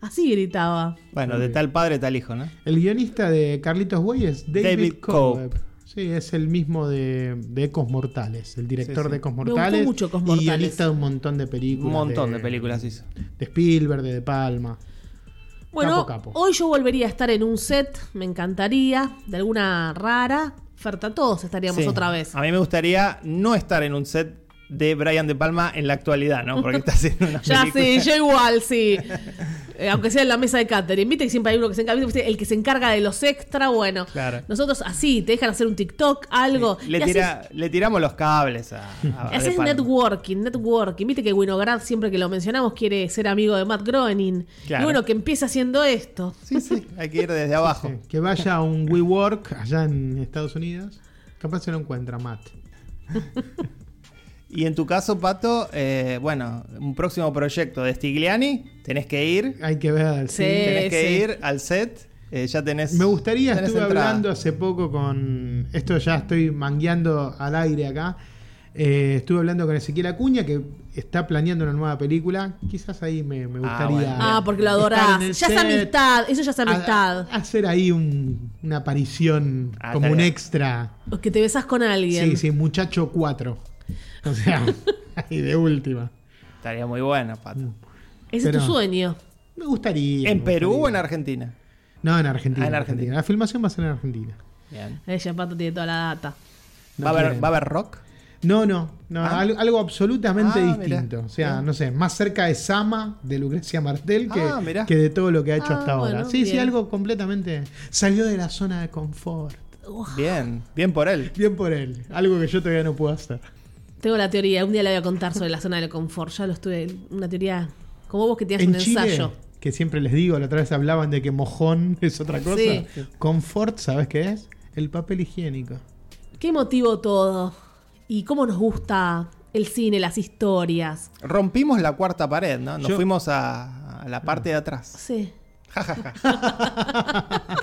C: Así gritaba.
B: Bueno, de tal padre, tal hijo, ¿no?
D: El guionista de Carlitos Way es David,
B: David
D: Cope.
B: Cope.
D: Sí, es el mismo de, de Ecos Mortales, el director
B: Sí, sí.
D: de Ecos
C: gustó
D: Mortales.
C: mucho Ecos
D: Y
C: Mortales.
D: guionista de un montón de películas.
B: Un montón de películas hizo.
D: De Spielberg, de De Palma.
C: Bueno,
D: Capo, capo.
C: hoy yo volvería a estar en un set, me encantaría, de alguna rara. Ferta, todos estaríamos
B: Sí.
C: otra vez.
B: A mí me gustaría no estar en un set de Brian De Palma en la actualidad, ¿no? Porque está haciendo una
C: Ya
B: película.
C: sí, yo igual, sí. Eh, aunque sea en la mesa de catering. Viste que siempre hay uno que se encarga, ¿viste? el que se encarga de los extra, bueno.
B: Claro.
C: Nosotros así, te dejan hacer un TikTok, algo.
B: Le,
C: y haces-
B: tira- le tiramos los cables a, a De
C: haces,
B: Palma.
C: networking, networking. Viste que Winograd, siempre que lo mencionamos, quiere ser amigo de Matt Groening.
B: Claro.
C: Y bueno, que empieza haciendo esto.
B: Sí, sí, hay que ir desde abajo.
D: Sí, que vaya a un WeWork allá en Estados Unidos. Capaz se lo encuentra Matt.
B: Y en tu caso, Pato, eh, bueno, un próximo proyecto de Stigliani, tenés que ir,
D: Hay que ver.
C: Sí.
B: tenés que
C: sí.
B: ir al set, eh, ya tenés...
D: Me gustaría,
B: tenés
D: estuve
B: entrada.
D: hablando hace poco con. Esto ya estoy mangueando al aire acá. Eh, estuve hablando con Ezequiel Acuña, que está planeando una nueva película. Quizás ahí me, me
B: Ah,
D: gustaría.
B: bueno.
C: Ah, porque lo
D: estar
C: adorás.
D: en el
C: Ya es
D: set, Ah,
C: amistad, eso ya es
D: a-
C: amistad.
D: a- hacer ahí un- una aparición
B: Ah,
D: como
B: está
D: un
B: bien.
D: extra.
C: O que te besas con alguien.
D: Sí, sí, muchacho 4. O sea, ahí de última.
B: Estaría muy bueno, Pato.
C: Ese es
D: Pero-
C: tu sueño.
D: Me gustaría.
B: ¿En
D: Mm. me
B: Perú o en
D: gustaría.
B: Argentina?
D: No,
B: Ah, en
D: en Argentina. en
B: Argentina.
D: Argentina. La filmación va a ser en Argentina.
B: Bien.
C: Ella, Pato, tiene toda la data.
D: No
B: ¿Va, a haber,
D: quieren.
B: va a haber rock?
D: No, no, no
B: Ah.
D: al- algo, absolutamente
B: Ah, mirá.
D: distinto. O sea,
B: Bien.
D: no sé, más cerca de Sama, de Lucrecia Martel, que,
B: Ah, mirá.
D: que de todo lo que ha hecho
C: Ah,
D: hasta ahora.
C: bueno,
D: Sí, sí,
C: bien.
D: algo completamente. Salió de la zona de confort.
B: Bien, bien por él.
D: Bien por él. Algo que yo todavía no puedo hacer.
C: Tengo la teoría, un día la voy a contar sobre la zona del confort. Ya lo estuve, una teoría como vos que tenías
D: En
C: un
D: Chile,
C: ensayo.
D: que siempre les digo, la otra vez hablaban de que mojón es otra cosa.
C: Sí.
D: Confort, ¿sabes qué es? El papel higiénico.
C: Qué motivo todo. Y cómo nos gusta el cine, las historias.
B: Rompimos la cuarta pared, ¿no? Nos
D: Yo-
B: fuimos a, a la parte de atrás.
C: Sí.
D: Ah.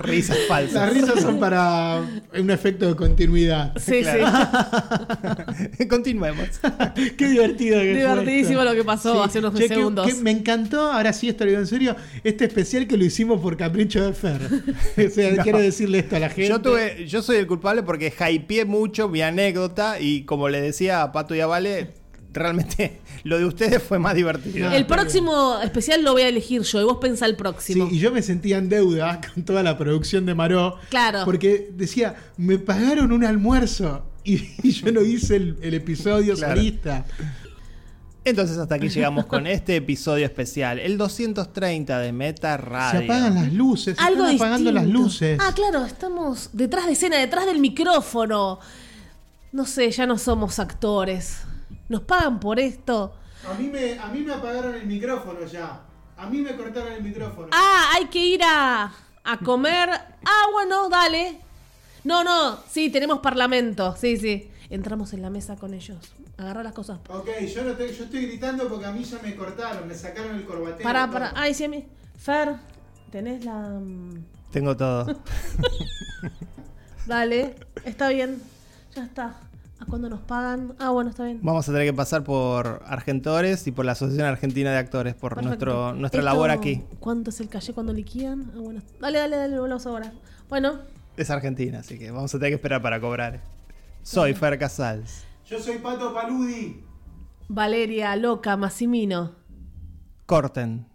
B: Risas
D: Las
B: falsas.
D: risas son para un efecto de continuidad.
C: Sí, sí.
B: Continuemos.
D: Qué divertido que fue
C: Divertidísimo
D: esto.
C: lo que pasó
D: Sí.
C: hace unos
D: Che, qué-
C: segundos.
D: qué- me encantó, ahora sí esto lo digo en serio, este especial que lo hicimos por capricho de Fer. O sea, quiero decirle esto a la gente.
B: Yo, tuve, yo soy el culpable porque hypeé mucho mi anécdota y como le decía a Pato y a Vale, realmente lo de ustedes fue más divertido.
D: Ah,
C: El
D: pero-
C: próximo especial lo voy a elegir yo y vos pensá el
D: Sí,
C: próximo.
D: y yo me sentía en deuda con toda la producción de Maró.
C: Claro.
D: Porque decía, me pagaron un almuerzo y, y yo no hice el, el episodio
B: Claro.
D: solista.
B: Entonces hasta aquí llegamos con este episodio especial, el 230 de Meta Radio.
D: Se apagan las luces, se
C: Algo
D: están apagando
C: distinto.
D: las luces.
C: Ah, claro, estamos detrás de escena, detrás del micrófono. No sé, ya no somos actores. Nos pagan por esto.
D: A mí, me, a mí me apagaron el micrófono ya. A mí me cortaron el micrófono.
C: Ah, hay que ir a, a comer. Ah, bueno, dale. No, no, sí, tenemos parlamento. Sí, sí. Entramos en la mesa con ellos. Agarrar las cosas.
D: Ok, yo, no te- yo estoy gritando porque a mí ya me cortaron, me sacaron el corbatero.
C: Pará,
D: todo.
C: pará. Ay, sí, a mí. Fer, tenés la. mm,
B: Tengo todo.
C: Dale, está bien. Ya está. ¿A cuándo nos pagan? Ah, bueno, está bien.
B: Vamos a tener que pasar por Argentores y por la Asociación Argentina de Actores, por
C: Perfecto.
B: nuestro, nuestra
C: Esto,
B: labor aquí.
C: ¿Cuánto es el calle cuando liquidan? Ah, bueno. Dale, dale, dale, lo hablamos ahora. Bueno,
B: Es Argentina, así que vamos a tener que esperar para cobrar. Soy Fer Casals.
D: Yo soy Pato Paludi.
C: Valeria, loca, Massimino.
B: Corten.